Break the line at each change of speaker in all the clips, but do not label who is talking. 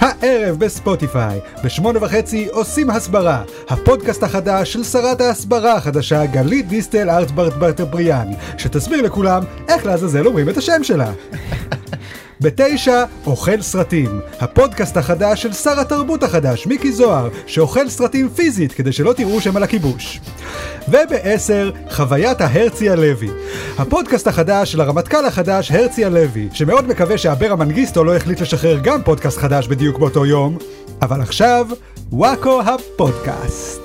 הערב בספוטיפיי. בשמונה וחצי עושים הסברה. הפודקאסט החדש של שרת ההסברה החדשה גלית דיסטל ארטברט ברטבריאן, שתסביר לכולם איך לעזאזל אומרים את השם שלה. בתשע, אוכל סרטים. הפודקאסט החדש של שר התרבות החדש, מיקי זוהר, שאוכל סרטים פיזית כדי שלא תראו שם על הכיבוש. ובעשר, חוויית ההרצי הלוי. הפודקאסט החדש של הרמטכ"ל החדש, הרצי הלוי, שמאוד מקווה שאברה מנגיסטו לא החליט לשחרר גם פודקאסט חדש בדיוק באותו יום. אבל עכשיו, וואקו הפודקאסט.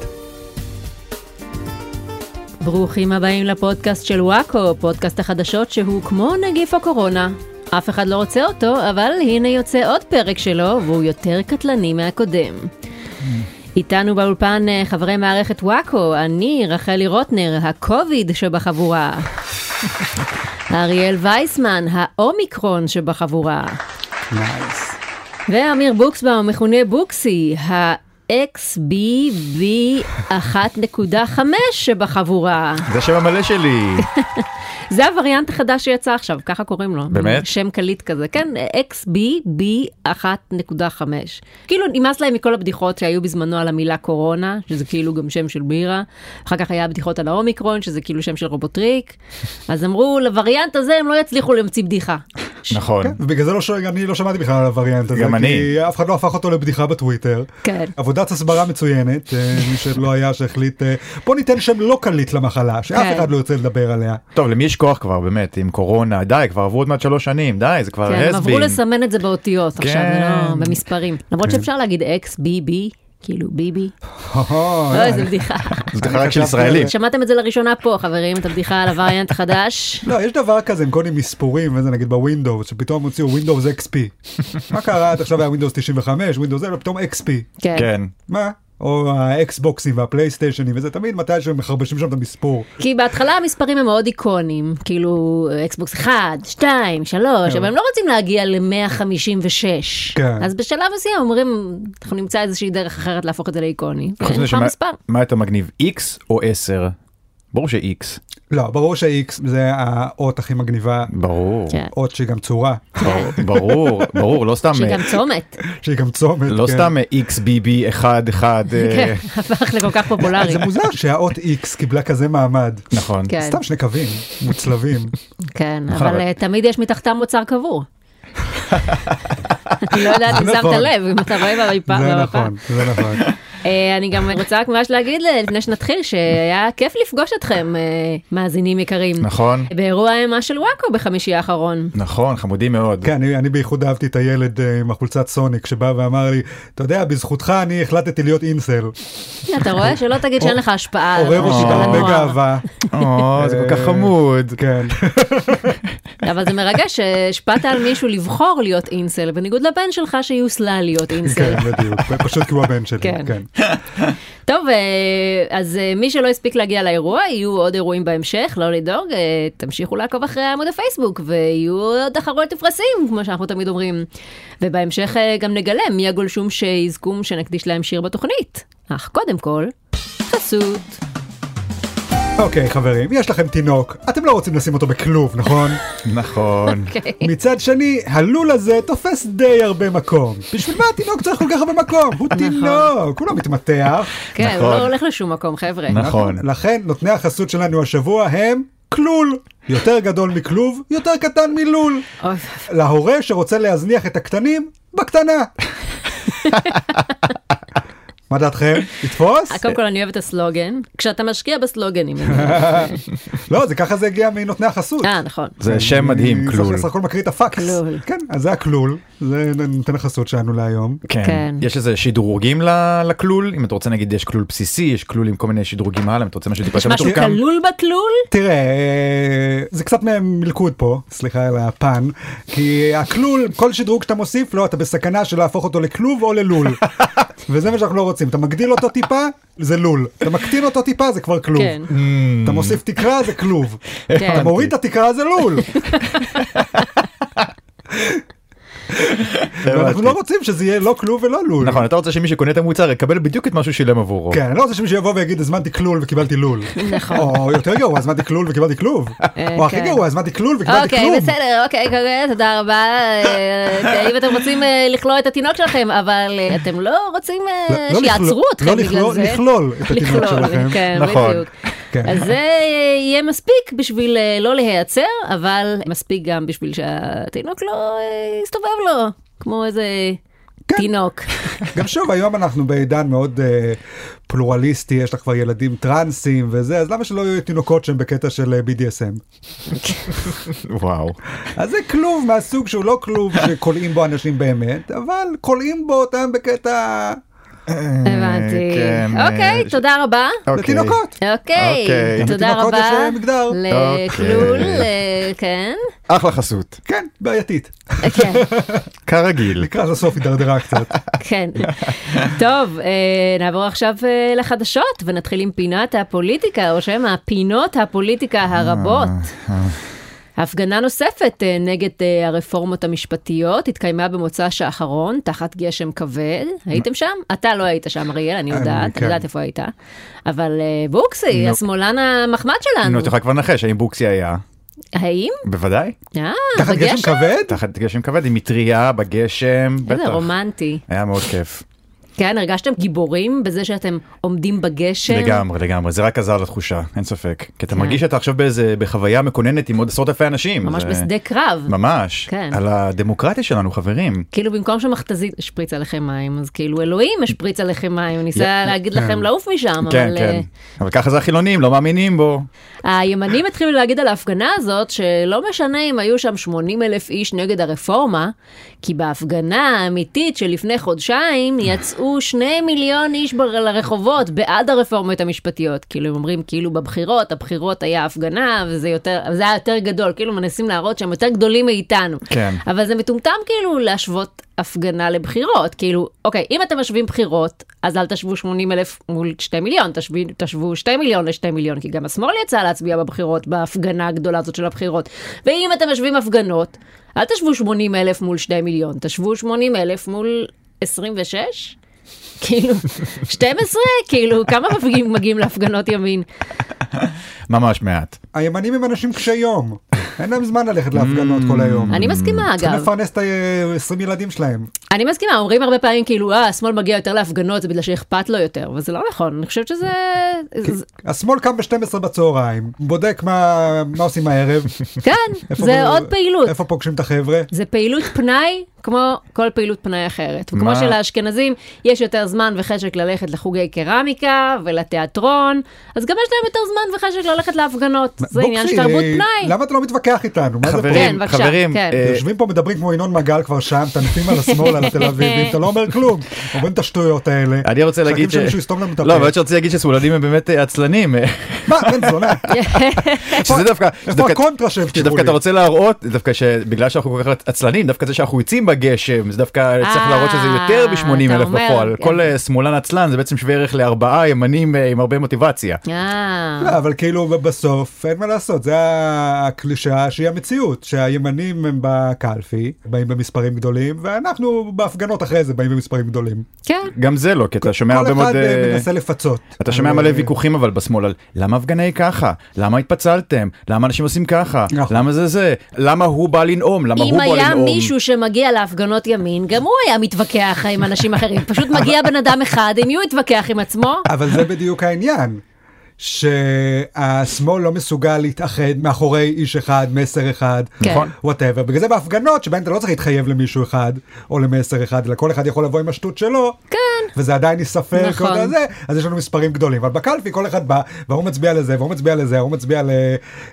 ברוכים הבאים לפודקאסט של וואקו, פודקאסט החדשות שהוא כמו נגיף הקורונה. אף אחד לא רוצה אותו, אבל הנה יוצא עוד פרק שלו, והוא יותר קטלני מהקודם. איתנו באולפן אה, חברי מערכת וואקו, אני רחלי רוטנר, הקוביד שבחבורה. אריאל וייסמן, האומיקרון שבחבורה.
נייס.
ואמיר בוקסבאום, מכונה בוקסי, ה-XBB 1.5 שבחבורה.
זה השם המלא שלי.
זה הווריאנט החדש שיצא עכשיו, ככה קוראים לו.
באמת?
שם קליט כזה, כן, XBB 1.5. כאילו נמאס להם מכל הבדיחות שהיו בזמנו על המילה קורונה, שזה כאילו גם שם של בירה. אחר כך היה בדיחות על האומיקרון, שזה כאילו שם של רובוטריק. אז אמרו, לווריאנט הזה הם לא יצליחו להמציא בדיחה.
נכון.
כן, ובגלל זה לא ש... אני לא שמעתי בכלל על הווריאנט הזה,
גם אני.
כי אף אחד לא הפך אותו לבדיחה בטוויטר.
כן.
עבודת הסברה מצוינת, אה, מי שלא היה שהחליט, אה, בוא ניתן שם לא קליט למחלה,
כן.
שאף אחד לא ירצה לדבר עליה.
טוב, למי יש כוח כבר באמת עם קורונה? די, כבר עברו עוד מעט שלוש שנים, די, זה כבר
כן, הם עברו
הסבין.
לסמן את זה באותיות עכשיו, זה לא
כן.
במספרים. למרות שאפשר להגיד XBB, כאילו ביבי. לא, איזה בדיחה.
זה ככה רק
אני
של
חשבתי
ישראלים.
על
שמעתם את זה לראשונה פה, חברים, את הבדיחה על הווריאנט החדש.
לא, יש דבר כזה עם כל מיני מספורים, וזה נגיד בווינדוס, שפתאום הוציאו ווינדוס XP. מה קרה? עד עכשיו היה ווינדוס 95, ווינדוס זה, ופתאום XP.
כן.
כן.
מה? או האקסבוקסים והפלייסטיישנים, וזה תמיד מתי שהם מחרבשים שם את המספור.
כי בהתחלה המספרים הם מאוד איקונים, כאילו אקסבוקס 1, 2, 3,
כן.
אבל הם לא רוצים להגיע ל-156.
כן.
אז בשלב מסוים אומרים, אנחנו נמצא איזושהי דרך אחרת להפוך את זה לאיקוני.
חוץ מזה
נשמע
שמה-
מספר.
מה יותר מגניב, X או 10? ברור ש-X.
לא, ברור שה-X זה האות הכי מגניבה,
ברור.
כן.
אות שהיא גם צורה,
ברור, כן. ברור, ברור, לא סתם,
שגם צומת,
שהיא גם צומת.
לא
כן.
סתם XBB 1 1
כן, הפך לכל כך
אז
פופולרי.
אה, זה מוזר שהאות X קיבלה כזה מעמד.
נכון.
כן.
סתם שני קווים מוצלבים.
כן,
נכון,
אבל
אבל-
אה, תמיד יש מתחתם מוצר קבור. אני לא יודעת אם
זה
שמת
נכון.
לב, אם אתה רואה במפה.
זה
במפה.
נכון, זה נכון.
אה, אני גם רוצה רק ממש להגיד ל- לפני שנתחיל שהיה כיף לפגוש אתכם, אה, מאזינים יקרים.
נכון.
באירוע האימה של וואקו בחמישי האחרון.
נכון, חמודים מאוד.
כן, אני, אני בייחוד אהבתי את הילד אה, עם החולצת סוניק שבא ואמר לי, אתה יודע, בזכותך אני החלטתי להיות אינסל.
אתה רואה שלא תגיד שאין לך השפעה. על
עורר אותי
אנשים,
בהרבה
על הנוער.
גאווה.
או, זה כל כך חמוד.
כן.
אבל זה מרגש שהשפעת על מישהו לבחור להיות אינסל, בניגוד לבן שלך שיוסלה להיות
כן,
אינסל.
בדיוק, פשוט כי הוא הבן שלי,
כן.
כן.
טוב, אה, אז אה, מי שלא הספיק להגיע לאירוע, יהיו עוד אירועים בהמשך, לא לדאוג, אה, תמשיכו לעקוב אחרי עמוד הפייסבוק, ויהיו עוד תחרויות ופרסים, כמו שאנחנו תמיד אומרים. ובהמשך אה, גם נגלה מי הגולשום שיזכום שנקדיש להם שיר בתוכנית. אך קודם כל, חסות.
אוקיי, חברים, יש לכם תינוק, אתם לא רוצים לשים אותו בכלוב, נכון?
נכון.
מצד שני, הלול הזה תופס די הרבה מקום. בשביל מה התינוק צריך כל כך הרבה מקום? הוא תינוק, הוא לא מתמתח.
כן, הוא
נכון.
לא הולך לשום מקום, חבר'ה.
נכון.
לכן, נותני החסות שלנו השבוע הם כלול. יותר גדול מכלוב, יותר קטן מלול.
אוי,
אוקיי. להורה שרוצה להזניח את הקטנים בקטנה. מה דעתכם? לתפוס?
קודם כל אני אוהבת את הסלוגן, כשאתה משקיע בסלוגנים.
לא, זה ככה זה הגיע מנותני החסות.
אה, נכון.
זה שם מדהים,
אני
כלול.
סך הכל מקריא את הפקס.
כלול.
כן, אז זה הכלול, זה נותן החסות שלנו להיום.
כן.
כן. יש איזה שדרוגים ל- לכלול? אם אתה רוצה נגיד יש כלול בסיסי, יש כלול עם כל מיני שדרוגים הלאה, אם אתה רוצה משהו טיפה
יש
יותר
משהו
מתוחכם.
כלול בכלול?
תראה, אה, זה קצת מלכוד פה, סליחה על הפן, כי הכלול, כל שדרוג שאתה מוסיף לו, אתה בסכנה של להפוך אותו לכלוב או ללול. וזה מה שאנחנו לא רוצים, אתה מגדיל אותו טיפה, זה לול. אתה מקטין אותו טיפה, זה כבר כלוב. Mm.
כן.
אתה מוסיף תקרה, זה כלוב.
כן.
אתה מוריד את התקרה, זה לול. ואנחנו
הבנתי.
לא רוצים שזה יהיה לא כלוב ולא לול.
נכון אתה רוצה שמי שקונה את המוצר יקבל בדיוק את מה שהוא שילם עבורו.
כן, אני לא רוצה שמישהו יבוא ויגיד הזמנתי כלול וקיבלתי לול.
נכון.
או יותר גרוע, הזמנתי כלול וקיבלתי כלוב.
אה,
או הכי
כן.
גרוע, הזמנתי כלול וקיבלתי
אוקיי,
כלום.
בסדר, אוקיי, אוקיי, תודה רבה. אה, אם אתם רוצים אה, לכלוא את התינוק שלכם, אבל אה, אתם לא רוצים אה,
לא- לא
שיעצרו
לכלוא-
אתכם
לא
בגלל
לכלוא-
זה.
לכלול את התינוק
לכלול,
שלכם.
כן,
נכון.
בדיוק.
כן.
אז זה אה, יהיה מספיק בשביל אה, לא להיעצר, אבל מספיק גם בשביל שהתינוק לא אה, יסתובב לו, כמו איזה
כן.
תינוק.
גם שוב, היום אנחנו בעידן מאוד אה, פלורליסטי, יש לך כבר ילדים טרנסים וזה, אז למה שלא יהיו תינוקות שהם בקטע של אה, BDSM?
וואו.
אז זה כלוב מהסוג שהוא לא כלוב שכולאים בו אנשים באמת, אבל כולאים בו אותם בקטע
הבנתי.
כן, אה,
אוקיי,
ש-
תודה רבה.
אוקיי.
לתינוקות.
אוקיי,
אוקיי.
תודה
לתינוקות
רבה.
יש, אה, מגדר.
לכלול,
אוקיי.
אה, כן.
אחלה חסות.
כן, בעייתית.
כן,
כרגיל.
לקראת הסוף הידרדרה קצת.
כן. טוב, אה, נעבור עכשיו אה, לחדשות ונתחיל עם פינת הפוליטיקה, או שמא פינות הפוליטיקה הרבות.
אה,
הפגנה נוספת אה, נגד אה, הרפורמות המשפטיות התקיימה במוצ"ש האחרון, תחת גשם כבד. הייתם שם? אתה לא היית שם, אריאל, אני
אני-
יודעת, אני
כן.
יודעת איפה היית. אבל אה, בוקסי,
אה, נו.
השמאלן המחמד
נו,
שלנו.
את יכולה כבר לנחש האם בוקסי היה?
האם?
בוודאי.
אה,
תחת גשם
בגשם?
כבד?
תחת גשם כבד עם מטריה בגשם.
איזה
בטח.
רומנטי.
היה מאוד כיף.
כן, הרגשתם גיבורים בזה שאתם עומדים בגשם?
לגמרי לגמרי זה רק עזר לתחושה אין ספק כי
כן.
אתה מרגיש שאתה עכשיו באיזה בחוויה מקוננת עם עוד עשרות אלפי אנשים
ממש
זה-
בשדה קרב.
ממש
כן.
על הדמוקרטיה שלנו חברים
כאילו במקום שמכתזית השפריצה לכם מים, אז כאילו אלוהים השפריץ עליכם מים, ניסה להגיד לכם לעוף משם,
כן
אבל
כן אבל ככה זה החילונים לא מאמינים בו
אה, הימנים התחילו להגיד על ההפגנה הזאת, שלא משנה אם היו שם 80 אלף איש נגד הרפורמה, כי בהפגנה האמיתית שלפני חודשיים יצאו שני מיליון איש בר- לרחובות בעד הרפורמות המשפטיות. כאילו הם אומרים, כאילו בבחירות, הבחירות היה הפגנה, וזה יותר, זה היה יותר גדול, כאילו מנסים להראות שהם יותר גדולים מאיתנו.
כן.
אבל זה מטומטם כאילו להשוות הפגנה לבחירות. כאילו, אוקיי, אם אתם משווים בחירות, אז אל תשוו 80 אלף מול 2 מיליון, תשוו, תשוו 2 מיליון ל-2 מיליון, כי גם השמאל יצא להצביע בבחירות, בהפגנה הגדולה הזאת של הבחירות. ואם אתם משווים הפגנות, אל תשוו 80 אלף מול 2 מיליון, תשוו 80 אלף מול 26? כאילו, 12? כאילו, כמה מפגינים מגיעים להפגנות ימין?
ממש מעט
הימנים הם אנשים קשי יום, אין להם זמן ללכת להפגנות כל היום.
אני מסכימה,
צריכים
אגב.
לפרנס את ה-20 ילדים שלהם.
אני מסכימה, אומרים הרבה פעמים כאילו, אה, השמאל מגיע יותר להפגנות, זה בגלל שאכפת לו יותר, וזה לא נכון, אני חושבת שזה... זה-
השמאל קם ב-12 בצהריים, בודק מה מה עושים הערב.
כן,
איפה
זה
ב-
עוד פעילות.
איפה פוגשים את החבר'ה?
זה פעילות פנאי כמו כל פעילות פנאי אחרת. וכמו
מה?
שלאשכנזים יש יותר זמן וחשק ללכת לחוגי קרמיקה ולתיאטרון, אז גם יש להם יותר זמן וחשק ללכת להפגנות. זה עניין של
בוקסי,
תרבות
אה,
פנאי.
למה אתה לא מתווכח איתנו? מה זה פה?
חברים
בבקשה,
חברים
כן.
אה,
יושבים פה מדברים כמו ינון מגל כבר שם, טנפים על השמאל, על התל
כן.
אביבים, אתה לא אומר כלום. אומרים את השטויות האלה.
אני רוצה להגיד
מחכים שמישהו יסתום לנו את
לא, אבל
הפה.
שרציתי להגיד שסולנים הם באמת אה, עצלנים אה,
מה, בן זונה?
שזה דווקא
איפה
שדווקא-
הקונטרה שהם כתבו
שדווקא
לי?
אתה רוצה להראות דווקא שבגלל שאנחנו כל כך עצלנים דווקא זה שאנחנו יוצאים בגשם זה דווקא צריך להראות שזה יותר ב-80
אה, אתה
אלף
אומר,
בפועל
כן.
כל אה, שמאלן עצלן זה בעצם שווה ערך לארבעה ימנים אה, עם הרבה מוטיבציה.
אה,
לא, אבל כאילו בסוף אין מה לעשות, זה הקלישאה שהיא המציאות, שהימנים הם בקלפי, באים במספרים גדולים, ואנחנו בהפגנות אחרי זה באים במספרים גדולים.
כן.
גם זה לא כי אתה שומע
כל
הרבה מאוד
אחד אה,
אה,
מנסה לפצות.
אתה שומע
אבל,
מלא
אה,
ויכוחים אבל בשמאל על למה ההפגנה היא ככה למה התפצלתם למה אנשים עושים ככה
נכון.
למה זה זה למה הוא בא לנאום למה הוא
אם
בא לנאום.
היה מישהו שמגיע להפגנות ימין, גם הוא היה מתווכח עם אנשים אחרים. פשוט מגיע בן אדם אחד, אם הוא יתווכח עם עצמו,
אבל זה בדיוק העניין. שהשמאל לא מסוגל להתאחד מאחורי איש אחד, מסר אחד,
כן. נכון.
וואטאבר. בגלל זה בהפגנות שבהן אתה לא צריך להתחייב למישהו אחד או למסר אחד, אלא כל אחד יכול לבוא עם השטות שלו.
כן.
וזה עדיין ייספר,
נכון.
נכון. זה, אז יש לנו מספרים גדולים. אבל בקלפי כל אחד בא, והוא מצביע לזה, והוא מצביע לזה, והוא מצביע ל...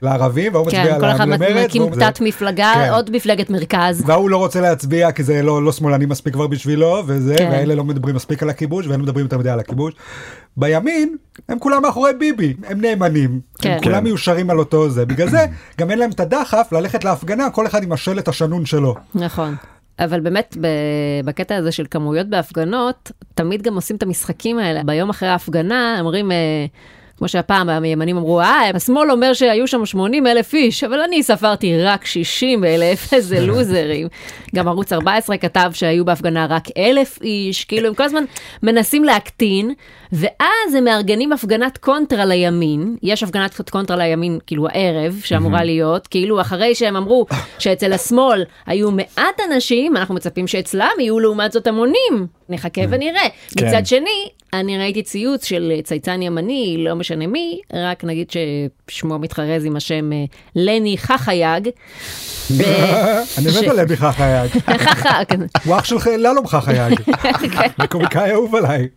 לערבים, והוא
כן,
מצביע
כל
ל-
אחד
למרצ,
מקים
והוא-
תת מפלגה,
כן.
עוד מפלגת מרכז.
וההוא לא רוצה להצביע כי זה לא, לא שמאלני מספיק כבר בשבילו, וזה,
כן.
כן. ואלה לא מדברים מספיק על הכיבוש, ואלה מדברים יותר מדי על הכיבוש. בימין, הם כולם מאחורי ביבי, הם נאמנים,
כן.
כן. הם
כן.
כולם מיושרים על אותו זה, בגלל זה גם אין להם את הדחף ללכת להפגנה, כל אחד עם השלט השנון שלו.
נכון. אבל באמת, ב- בקטע הזה של כמויות בהפגנות, תמיד גם עושים את המשחקים האלה. ביום אחרי ההפגנה, אומרים, אה, כמו שהפעם הימנים אמרו, אה, השמאל אומר שהיו שם 80 אלף איש, אבל אני ספרתי רק 60 אלף, איזה לוזרים. גם ערוץ 14 כתב שהיו בהפגנה רק אלף איש, כאילו הם כל הזמן מנסים להקטין, ואז הם מארגנים הפגנת קונטרה לימין, יש הפגנת קונטרה לימין, כאילו הערב, שאמורה להיות, כאילו אחרי שהם אמרו שאצל השמאל היו מעט אנשים, אנחנו מצפים שאצלם יהיו לעומת זאת המונים. נחכה ונראה.
כן.
מצד שני, אני ראיתי ציוץ של אה, צייצן ימני, לא משנה מי, רק נגיד ששמו מתחרז עם השם אה, לני חחייג. ו-
אני מת
ש-
על אבי חחייג.
חחה, כזה.
הוא אח שלך ללום חחייג.
כן.
הקומיקאי האהוב עליי.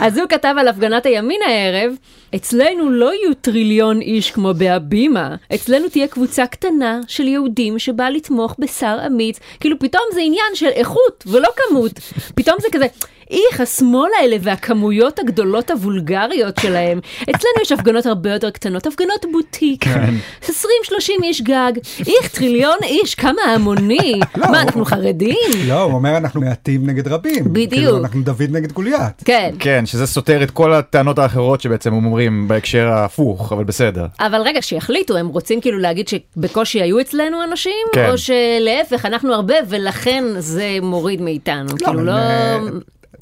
אז הוא כתב על הפגנת הימין הערב, אצלנו לא יהיו טריליון איש כמו בהבימה, אצלנו תהיה קבוצה קטנה של יהודים שבאה לתמוך בשר אמיץ, כאילו פתאום זה עניין של איכות ולא כמות, פתאום זה כזה... איך השמאל האלה והכמויות הגדולות הוולגריות שלהם. אצלנו יש הפגנות הרבה יותר קטנות, הפגנות בוטיק. 20-30 איש גג. איך טריליון איש, כמה המוני. מה, אנחנו חרדים?
לא, הוא אומר אנחנו מעטים נגד רבים.
בדיוק.
כאילו, אנחנו דוד נגד גוליית.
כן.
כן, שזה סותר את כל הטענות האחרות שבעצם הם אומרים בהקשר ההפוך, אבל בסדר.
אבל רגע, שיחליטו, הם רוצים כאילו להגיד שבקושי היו אצלנו אנשים,
כן.
או שלהפך, אנחנו הרבה, ולכן זה מוריד מאיתנו. כאילו
אבל,
לא...
אה,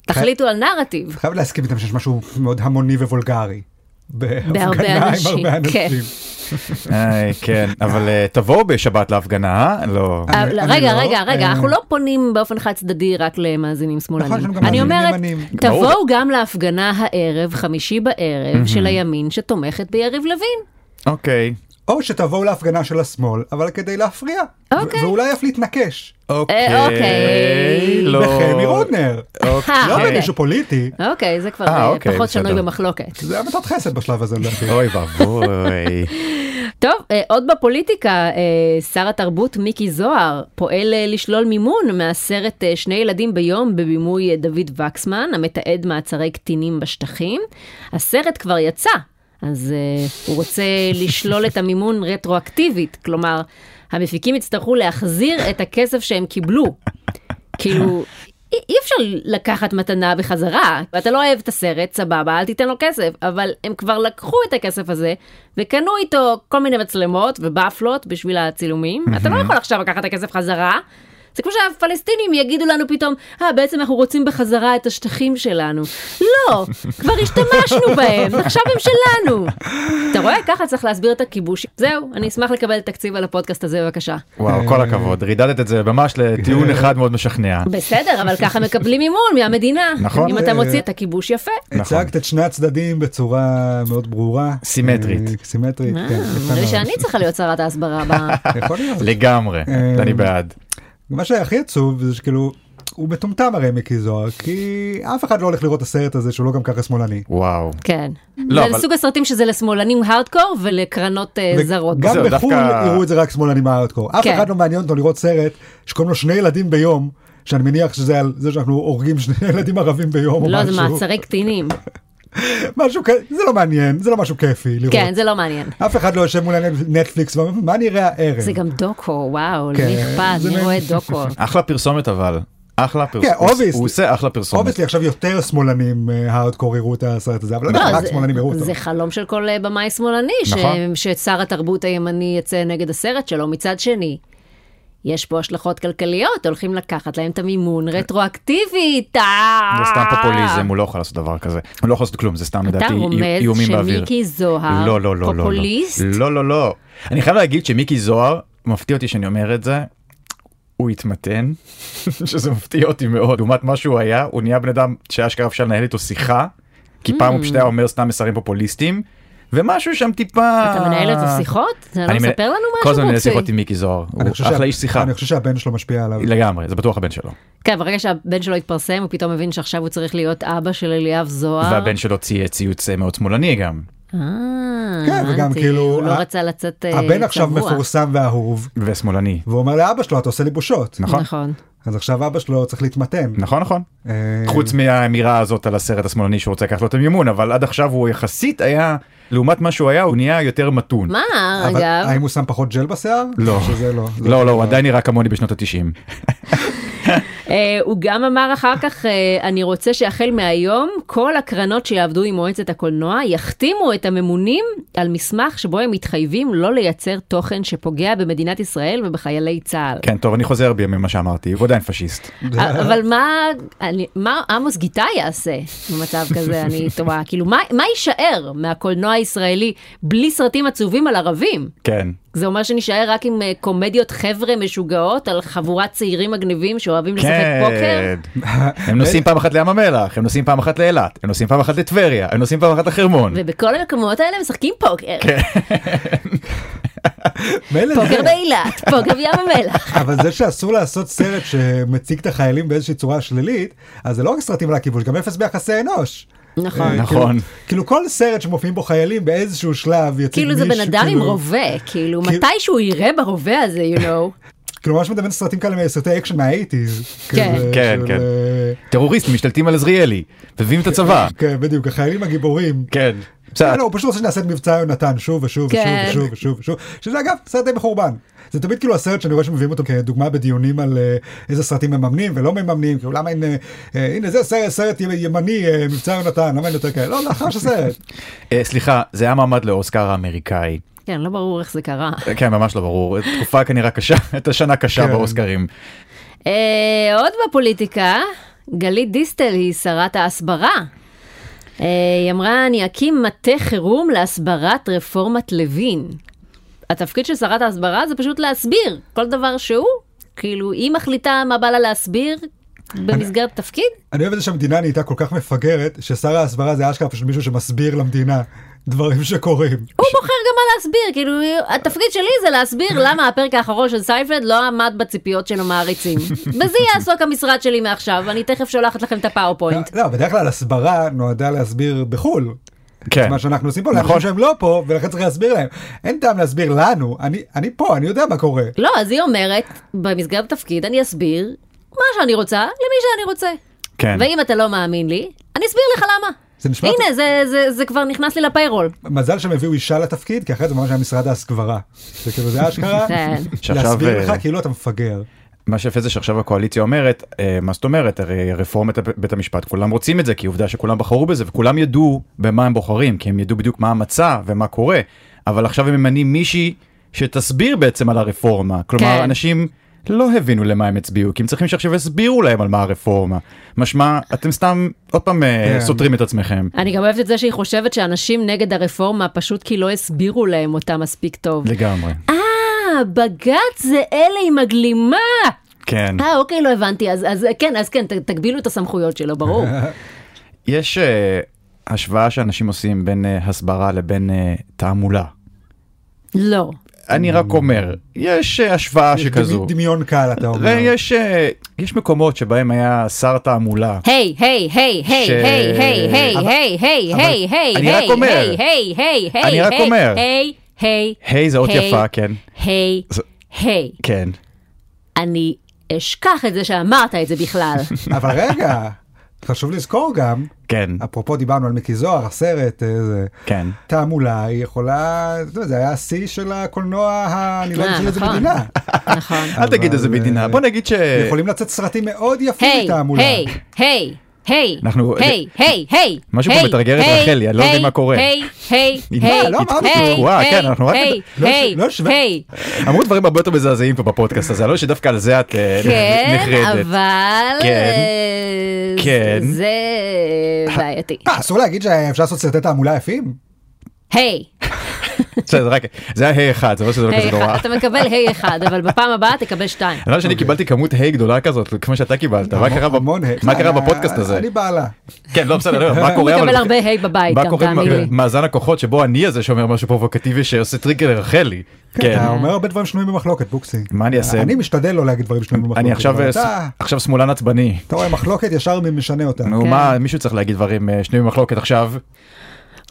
תחליטו על נרטיב.
חייב להסכים איתם שיש משהו מאוד המוני ווולגרי. בהפגנה עם
אנשים,
הרבה
כן.
אנשים.
איי, כן, אבל אה, תבואו בשבת להפגנה, אה? לא.
אני-
אבל
אני
רגע,
לא,
רגע, רגע,
אה, נכון,
אנחנו לא פונים באופן חד צדדי רק למאזינים שמאלנים.
יש לנו גם
אני
מאזינים
אומרת,
ימנים.
ברור.
תבואו גם להפגנה הערב, חמישי בערב, של הימין שתומכת ביריב לוין.
אוקיי.
או שתבואו להפגנה של השמאל, אבל כדי להפריע. ו-
אוקיי.
ואולי אף להתנקש.
אה, אוקיי.
לא.
בחמי רודנר.
אוקיי.
לא
אוקיי.
במישהו פוליטי.
אוקיי, זה כבר
אה,
אה,
אוקיי,
פחות שנוי
בסדר.
במחלוקת.
זה המתת חסד בשלב הזה לדעתי.
אוי ואבוי.
טוב, אה, עוד בפוליטיקה, אה, שר התרבות מיקי זוהר פועל אה, לשלול מימון מהסרט אה, שני ילדים ביום בבימוי אה, דוד וקסמן, המתעד מעצרי קטינים בשטחים. הסרט כבר יצא, אז אה, הוא רוצה לשלול את המימון רטרואקטיבית, כלומר, המפיקים יצטרכו להחזיר את הכסף שהם קיבלו. כאילו... אי אי אפשר לקחת מתנה בחזרה, ואתה לא אוהב את הסרט, סבבה, אל תיתן לו כסף, אבל הם כבר לקחו את הכסף הזה, וקנו איתו כל מיני מצלמות ובאפלות בשביל הצילומים, אתה לא יכול עכשיו לקחת את הכסף חזרה. זה כמו שהפלסטינים יגידו לנו פתאום, אה, בעצם אנחנו רוצים בחזרה את השטחים שלנו. לא, כבר השתמשנו בהם, עכשיו הם שלנו. אתה רואה? ככה צריך להסביר את הכיבוש. זהו, אני אשמח לקבל תקציב על הפודקאסט הזה, בבקשה.
וואו, כל הכבוד, רידדת את זה ממש
כן.
לטיעון אחד מאוד משכנע.
בסדר, אבל ככה מקבלים מימון מהמדינה.
נכון.
אם אתה מוציא את הכיבוש יפה.
הצגת את שני הצדדים בצורה מאוד ברורה.
סימטרית.
אה, סימטרית,
אה,
כן. יפה
נראה לי
מאוד.
שאני צריכה להיות שרת ההסברה. ב-
יכול להיות.
לגמרי,
אה,
אני בעד.
מה שהכי עצוב זה שכאילו, הוא מטומטם הרי מיקי זוהר, כי אף אחד לא הולך לראות את הסרט הזה שהוא לא גם ככה שמאלני.
וואו.
כן.
לא,
זה
אבל-
סוג הסרטים שזה לשמאלנים הארדקור ולקרנות אה, זרות.
גם
זהו,
בחו"ל
דווקא-
יראו את זה רק שמאלנים הארדקור. אף
כן.
אחד לא מעניין אותו לראות סרט שקוראים לו שני ילדים ביום, שאני מניח שזה על זה שאנחנו הורגים שני ילדים ערבים ביום או
לא,
משהו.
זה מעצרי קטינים.
משהו כ... זה לא מעניין, זה לא משהו כיפי לראות.
כן, זה לא מעניין.
אף אחד לא יושב מול נטפליקס ואומר, מה נראה הערב?
זה גם דוקו, וואו,
כן,
למי אכפת,
זה
מי
מ-
רואה דוקו.
אחלה פרסומת אבל. אחלה פרסומת.
כן, obviously.
הוא עושה אחלה פרסומת.
אובייסלי עכשיו יותר שמאלנים אה, הארדקור יראו את הסרט הזה, אבל לא
לא,
יודע, רק
זה-
שמאלנים יראו אותו.
זה חלום של כל אה, במאי שמאלני, ש-
נכון.
ששר התרבות הימני יצא נגד הסרט שלו. מצד שני, יש פה השלכות כלכליות, הולכים לקחת להם את המימון רטרואקטיבית. אה!
כן. זה סתם פופוליזם, הוא לא יכול לעשות דבר כזה. הוא לא יכול לעשות כלום, זה סתם
אתה
לדעתי
רומז
איו- איומים באוויר.
שמיקי זוהר
לא, לא, לא, לא, לא.
פופוליסט?
לא, לא, לא. אני חייב להגיד שמיקי זוהר, מפתיע אותי שאני אומר את זה, הוא התמתן, שזה מפתיע אותי מאוד. לעומת מה שהוא היה, הוא נהיה בן אדם שאשכרה אפשר לנהל איתו שיחה, כי פעם
Mm.
הוא פשוט היה אומר סתם מסרים פופוליסטיים, ומשהו שם טיפה...
אתה מנהל איתו שיחות? אתה לא
אני מנ-
מספר לנו
כל הזמן
משהו
אני מנהל
מצוי?
שיחות עם מיקי זוהר, הוא
אני חושב שה-
אחלה איש שיחה.
אני חושב שהבן שלו משפיע עליו.
לגמרי, זה בטוח הבן שלו.
כן, ברגע שהבן שלו התפרסם, הוא פתאום מבין שעכשיו הוא צריך להיות אבא של אליאב זוהר.
והבן שלו צי- ציוץ אה, מאוד שמאלני גם.
אה,
כן, וגם
הבנתי.
כאילו,
הוא לא
ה-
רצה לצאת אה,
הבן עכשיו
צבוע.
מפורסם ואהוב,
ושמאלני.
והוא אומר לאבא שלו, אתה עושה לי בושות.
נכון?
נכון.
אז עכשיו אבא שלו צריך להתמתן.
נכון, נכון.
אה,
חוץ מהאמירה הזאת על הסרט השמאלני שהוא רוצה לקחת לו את המימון, אבל עד עכשיו הוא יחסית היה, לעומת מה שהוא היה, הוא נהיה יותר מתון.
מה,
אבל
אגב?
האם הוא שם פחות ג'ל בשיער?
לא.
שזה לא. זה
לא, לא, הוא עדיין נראה כמוני בשנות התשעים.
אה, הוא גם אמר אחר כך, אה, אני רוצה שהחל מהיום, כל הקרנות שיעבדו עם מועצת הקולנוע יחתימו את הממונים על מסמך שבו הם מתחייבים לא לייצר תוכן שפוגע במדינת ישראל ובחיילי צה"ל. אה,
כן, טוב, אני חוזר בי ממה שאמרתי, הוא עדיין פשיסט.
אבל מה, אני, מה עמוס גיטאי יעשה במצב כזה, אני תוהה, כאילו, מה, מה יישאר מהקולנוע הישראלי בלי סרטים עצובים על ערבים?
כן.
זה אומר שנישאר רק עם אה, קומדיות חבר'ה משוגעות על חבורת צעירים מגניבים שאוהבים לשחק פוקר?
כן. הם נוסעים פעם אחת לים המלח, הם נוסעים פעם אחת לאילת, הם נוסעים פעם אחת לטבריה, הם נוסעים פעם אחת לחרמון.
ובכל המקומות האלה משחקים פוקר.
מילא
פוקר
זה,
באילת, פוקר בים המלח.
אבל זה שאסור לעשות סרט שמציג את החיילים באיזושהי צורה שלילית, אז זה לא רק סרטים על הכיבוש, גם אפס ביחסי אנוש.
נכון.
אה,
נכון.
כאילו, כאילו כל סרט שמופיעים בו חיילים באיזשהו שלב יציג
כאילו
מישהו,
זה בן אדם עם רובה,
כאילו-
כאילו מתישהו יראה ברובה הזה, you know.
כאילו ממש מדמיין סרטים כאלה מסרטי אקשן מהאייטיז. כאילו,
כן.
כן, כן. טרוריסטים משתלטים על עזריאלי, מביאים את הצבא.
כן, בדיוק, החיילים הגיבורים.
כן.
לא,
בסדר,
לא, הוא פשוט רוצה שנעשה את מבצע יונתן שוב ושוב ושוב
כן.
ושוב ושוב ושוב, שזה אגב סרט די מחורבן. זה תמיד כאילו הסרט שאני רואה שמביאים אותו כדוגמה בדיונים על אה, איזה סרטים מממנים ולא מממנים, כאילו למה אין, אה, אה, הנה זה סרט, סרט י- ימני, אה, מבצע יונתן, למה אין יותר כאלה? לא, לאחר שסרט.
אה, סליחה, זה היה מעמד לאוסקר האמריקאי.
כן, לא ברור איך זה קרה.
אה, כן, ממש לא ברור. תקופה כנראה קשה, הייתה שנה קשה
כן.
באוסקרים.
אה, עוד בפוליטיקה, גלית דיסטל היא שרת ההסברה. אה, היא אמרה, אני אקים מטה חירום להסברת רפורמת לוין. התפקיד של שרת ההסברה זה פשוט להסביר כל דבר שהוא. כאילו, היא מחליטה מה בא לה להסביר במסגרת תפקיד.
אני אוהב את זה שהמדינה נהייתה כל כך מפגרת, ששר ההסברה זה אשכרה פשוט מישהו שמסביר למדינה דברים שקורים.
הוא בוחר גם מה להסביר, כאילו, התפקיד שלי זה להסביר למה הפרק האחרון של סייפלד לא עמד בציפיות של המעריצים. בזה יעסוק המשרד שלי מעכשיו, אני תכף שולחת לכם את הפאורפוינט.
לא, בדרך כלל הסברה נועדה להסביר בחו"ל.
כן.
את מה שאנחנו עושים פה,
נכון.
לאנשים שהם לא פה, ולכן צריך להסביר להם. אין טעם להסביר לנו, אני- אני פה, אני יודע מה קורה.
לא, אז היא אומרת, במסגרת התפקיד אני אסביר מה שאני רוצה למי שאני רוצה.
כן.
ואם אתה לא מאמין לי, אני אסביר לך למה.
זה נשמע-
הנה, זה, זה, זה כבר נכנס לי לפיירול.
מזל שהם הביאו אישה לתפקיד, כי אחרת זה ממש היה משרד ההסגברה. זה כאילו זה אשכרה,
כן.
שעכשיו,
להסביר
אה,
לך כאילו אתה מפגר.
מה שיפה זה שעכשיו הקואליציה אומרת, אה, מה זאת אומרת, הרי רפורמת הב- בית המשפט, כולם רוצים את זה, כי עובדה שכולם בחרו בזה, וכולם ידעו במה הם בוחרים, כי הם ידעו בדיוק מה המצע ומה קורה, אבל עכשיו הם ממנים מישהי שתסביר בעצם על הרפורמה. כלומר,
כן.
אנשים לא הבינו למה הם הצביעו, כי הם צריכים שעכשיו יסבירו להם על מה הרפורמה. משמע, אתם סתם עוד פעם אה,
כן.
סותרים את עצמכם.
אני גם אוהבת את זה שהיא חושבת שאנשים נגד הרפורמה פשוט כי לא הסבירו להם אותה מספיק טוב.
לגמרי.
אה, בג"ץ זה אלה עם הגלימה.
כן.
אה, אוקיי, לא הבנתי. אז, אז כן, אז כן, ת, תגבילו את הסמכויות שלו, ברור.
יש אה, השוואה שאנשים עושים בין אה, הסברה לבין אה, תעמולה.
לא.
אני רק אומר, יש אה, השוואה
Mm. יש
שכזו.
דמי- דמיון קל אתה אומר.
ויש אה, יש מקומות שבהם היה שר תעמולה.
היי, היי, היי, היי,
ש-
היי, היי, היי,
אבל-
היי, היי,
אבל-
היי, היי,
אני רק
היי,
אומר.
היי, היי, היי, היי,
אני רק
היי,
אומר.
היי, היי,
היי זה אות
היי,
יפה, כן.
היי,
זה-
היי.
כן.
אני אשכח את זה שאמרת את זה בכלל.
אבל רגע, חשוב לזכור גם,
כן.
אפרופו דיברנו על מיקי זוהר, הסרט, אה, זה-
כן.
תעמולה היא יכולה, אתה יודע, זה היה השיא של הקולנוע, ה- אני לא
אה,
יודע של איזה
נכון.
מדינה.
נכון.
אל תגיד איזה
אבל,
מדינה,
אה,
בוא נגיד ש...
יכולים לצאת סרטים מאוד יפים
היי,
מתעמולה.
היי, היי. היי,
אנחנו-
היי, היי, היי,
משהו פה
היי,
מתרגר את
היי,
רחלי, אני לא
היי,
מבין מה קורה.
היי, היי,
היא-
היי,
מה, לא אמרנו,
היי,
היא
תקועה,
היי,
כן, אנחנו רק-
היי,
לא ש-
היי,
לא שווה-
היי.
אמרו דברים הרבה יותר מזעזעים פה בפודקאסט הזה, אני לא יודע שדווקא על זה את אה,
כן,
נחרדת.
אבל
כן.
אה,
כן. אה.
זה בעייתי.
מה, אה, אסור להגיד שאפשר לעשות סרטי תעמולה יפים?
היי,
בסדר, רק- זה היה היי אחד, זה לא שזה לא כזה
היי
נורא.
אחד, אתה מקבל היי אחד, אבל בפעם הבאה תקבל שתיים.
אני חושב שאני קיבלתי כמות היי גדולה כזאת, כמו שאתה קיבלת, מה קרה ב-
אוקיי. המון-
מה קרה
אני-
בפודקאסט הזה?
אני בעלה.
כן, לא, בסדר, לא, מה קורה?
הוא מקבל
אבל-
הרבה היי בבית,
מה
גם
קורה
תאמין לי.
עם מאזן הכוחות שבו אני הזה שאומר משהו פרובוקטיבי שעושה טריגר לרחלי? כן.
אתה אומר הרבה דברים שנויים במחלוקת, בוקסי.
מה אני אעשה?
אני משתדל לא להגיד דברים שנויים במחלוקת.
אני עכשיו
אבל
אה,
אתה-
עכשיו שמאלן עצבני.
אתה רואה מחלוקת ישר משנה אותה.
נו
כן.
מה מישהו צריך להגיד דברים אה, שנויים במחלוקת עכשיו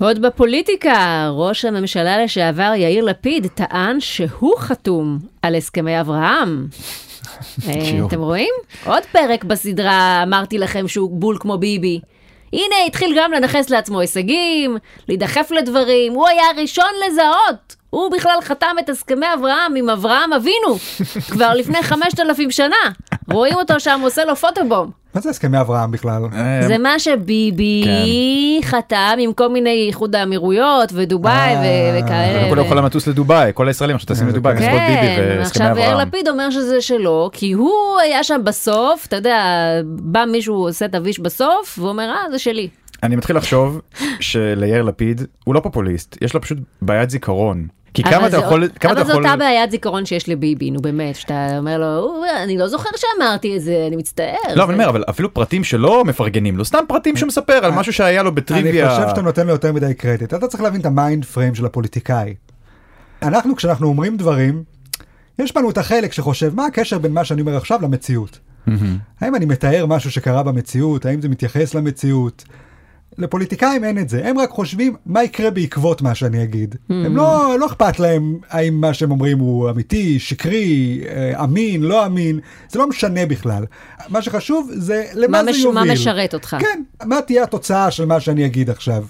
עוד בפוליטיקה, ראש הממשלה לשעבר יאיר לפיד טען שהוא חתום על הסכמי אברהם. אה,
יואו.
אתם רואים? עוד פרק בסדרה, אמרתי לכם שהוא בול כמו ביבי. הנה, התחיל גם לנכס לעצמו הישגים, להידחף לדברים, הוא היה הראשון לזהות. הוא בכלל חתם את הסכמי אברהם עם אברהם אבינו, כבר לפני 5,000 שנה. רואים אותו שם עושה לו פוטובום.
מה זה הסכמי אברהם בכלל?
אה,
זה מה שביבי
כן.
חתם עם כל מיני איחוד האמירויות ודובאי
אה,
ו-
אבל
וכאלה.
כולם יכולים לטוס לדובאי, כל הישראלים עכשיו טסים
אה,
לדובאי,
כן.
בזכות לא ביבי
כן,
והסכמי
עכשיו יאיר
אברהם.
לפיד אומר שזה שלו, כי הוא היה שם בסוף, אתה יודע, בא מישהו עושה את הוויש בסוף, ואומר, אה, זה שלי.
אני מתחיל לחשוב שליאיר לפיד הוא לא פופוליסט, יש לו פשוט בעיית זיכרון. כי
אבל
כמה אתה
זה-
יכול, כמה אתה
אבל זו
יכול,
אותה בעיית זיכרון שיש לביבי, נו באמת, שאתה אומר לו, "הוא, אני לא זוכר שאמרתי את זה, אני מצטער.
לא אבל אני אומר, אבל אפילו פרטים שלא מפרגנים לו, סתם פרטים שהוא מספר על משהו שהיה לו
כן. אה. אני
בטריוויה.
חושב שאתה נותן לו יותר מדי קרדיט. אתה צריך להבין את המיינד פריים של הפוליטיקאי. אנחנו, כשאנחנו אומרים דברים, יש בנו את החלק שחושב, מה הקשר בין מה שאני אומר עכשיו למציאות? האם אני מתאר משהו שקרה במציאות? האם זה מתייחס למציאות? לפוליטיקאים אין את זה, הם רק חושבים מה יקרה בעקבות מה שאני אגיד.
Mm-hmm.
הם לא, לא אכפת להם האם מה שהם אומרים הוא אמיתי, שקרי, אה, אמין, לא אמין, זה לא משנה בכלל. מה שחשוב זה למה
מה
זה
מש-
יוביל.
מה משרת אותך.
כן, מה תהיה התוצאה של מה שאני אגיד עכשיו.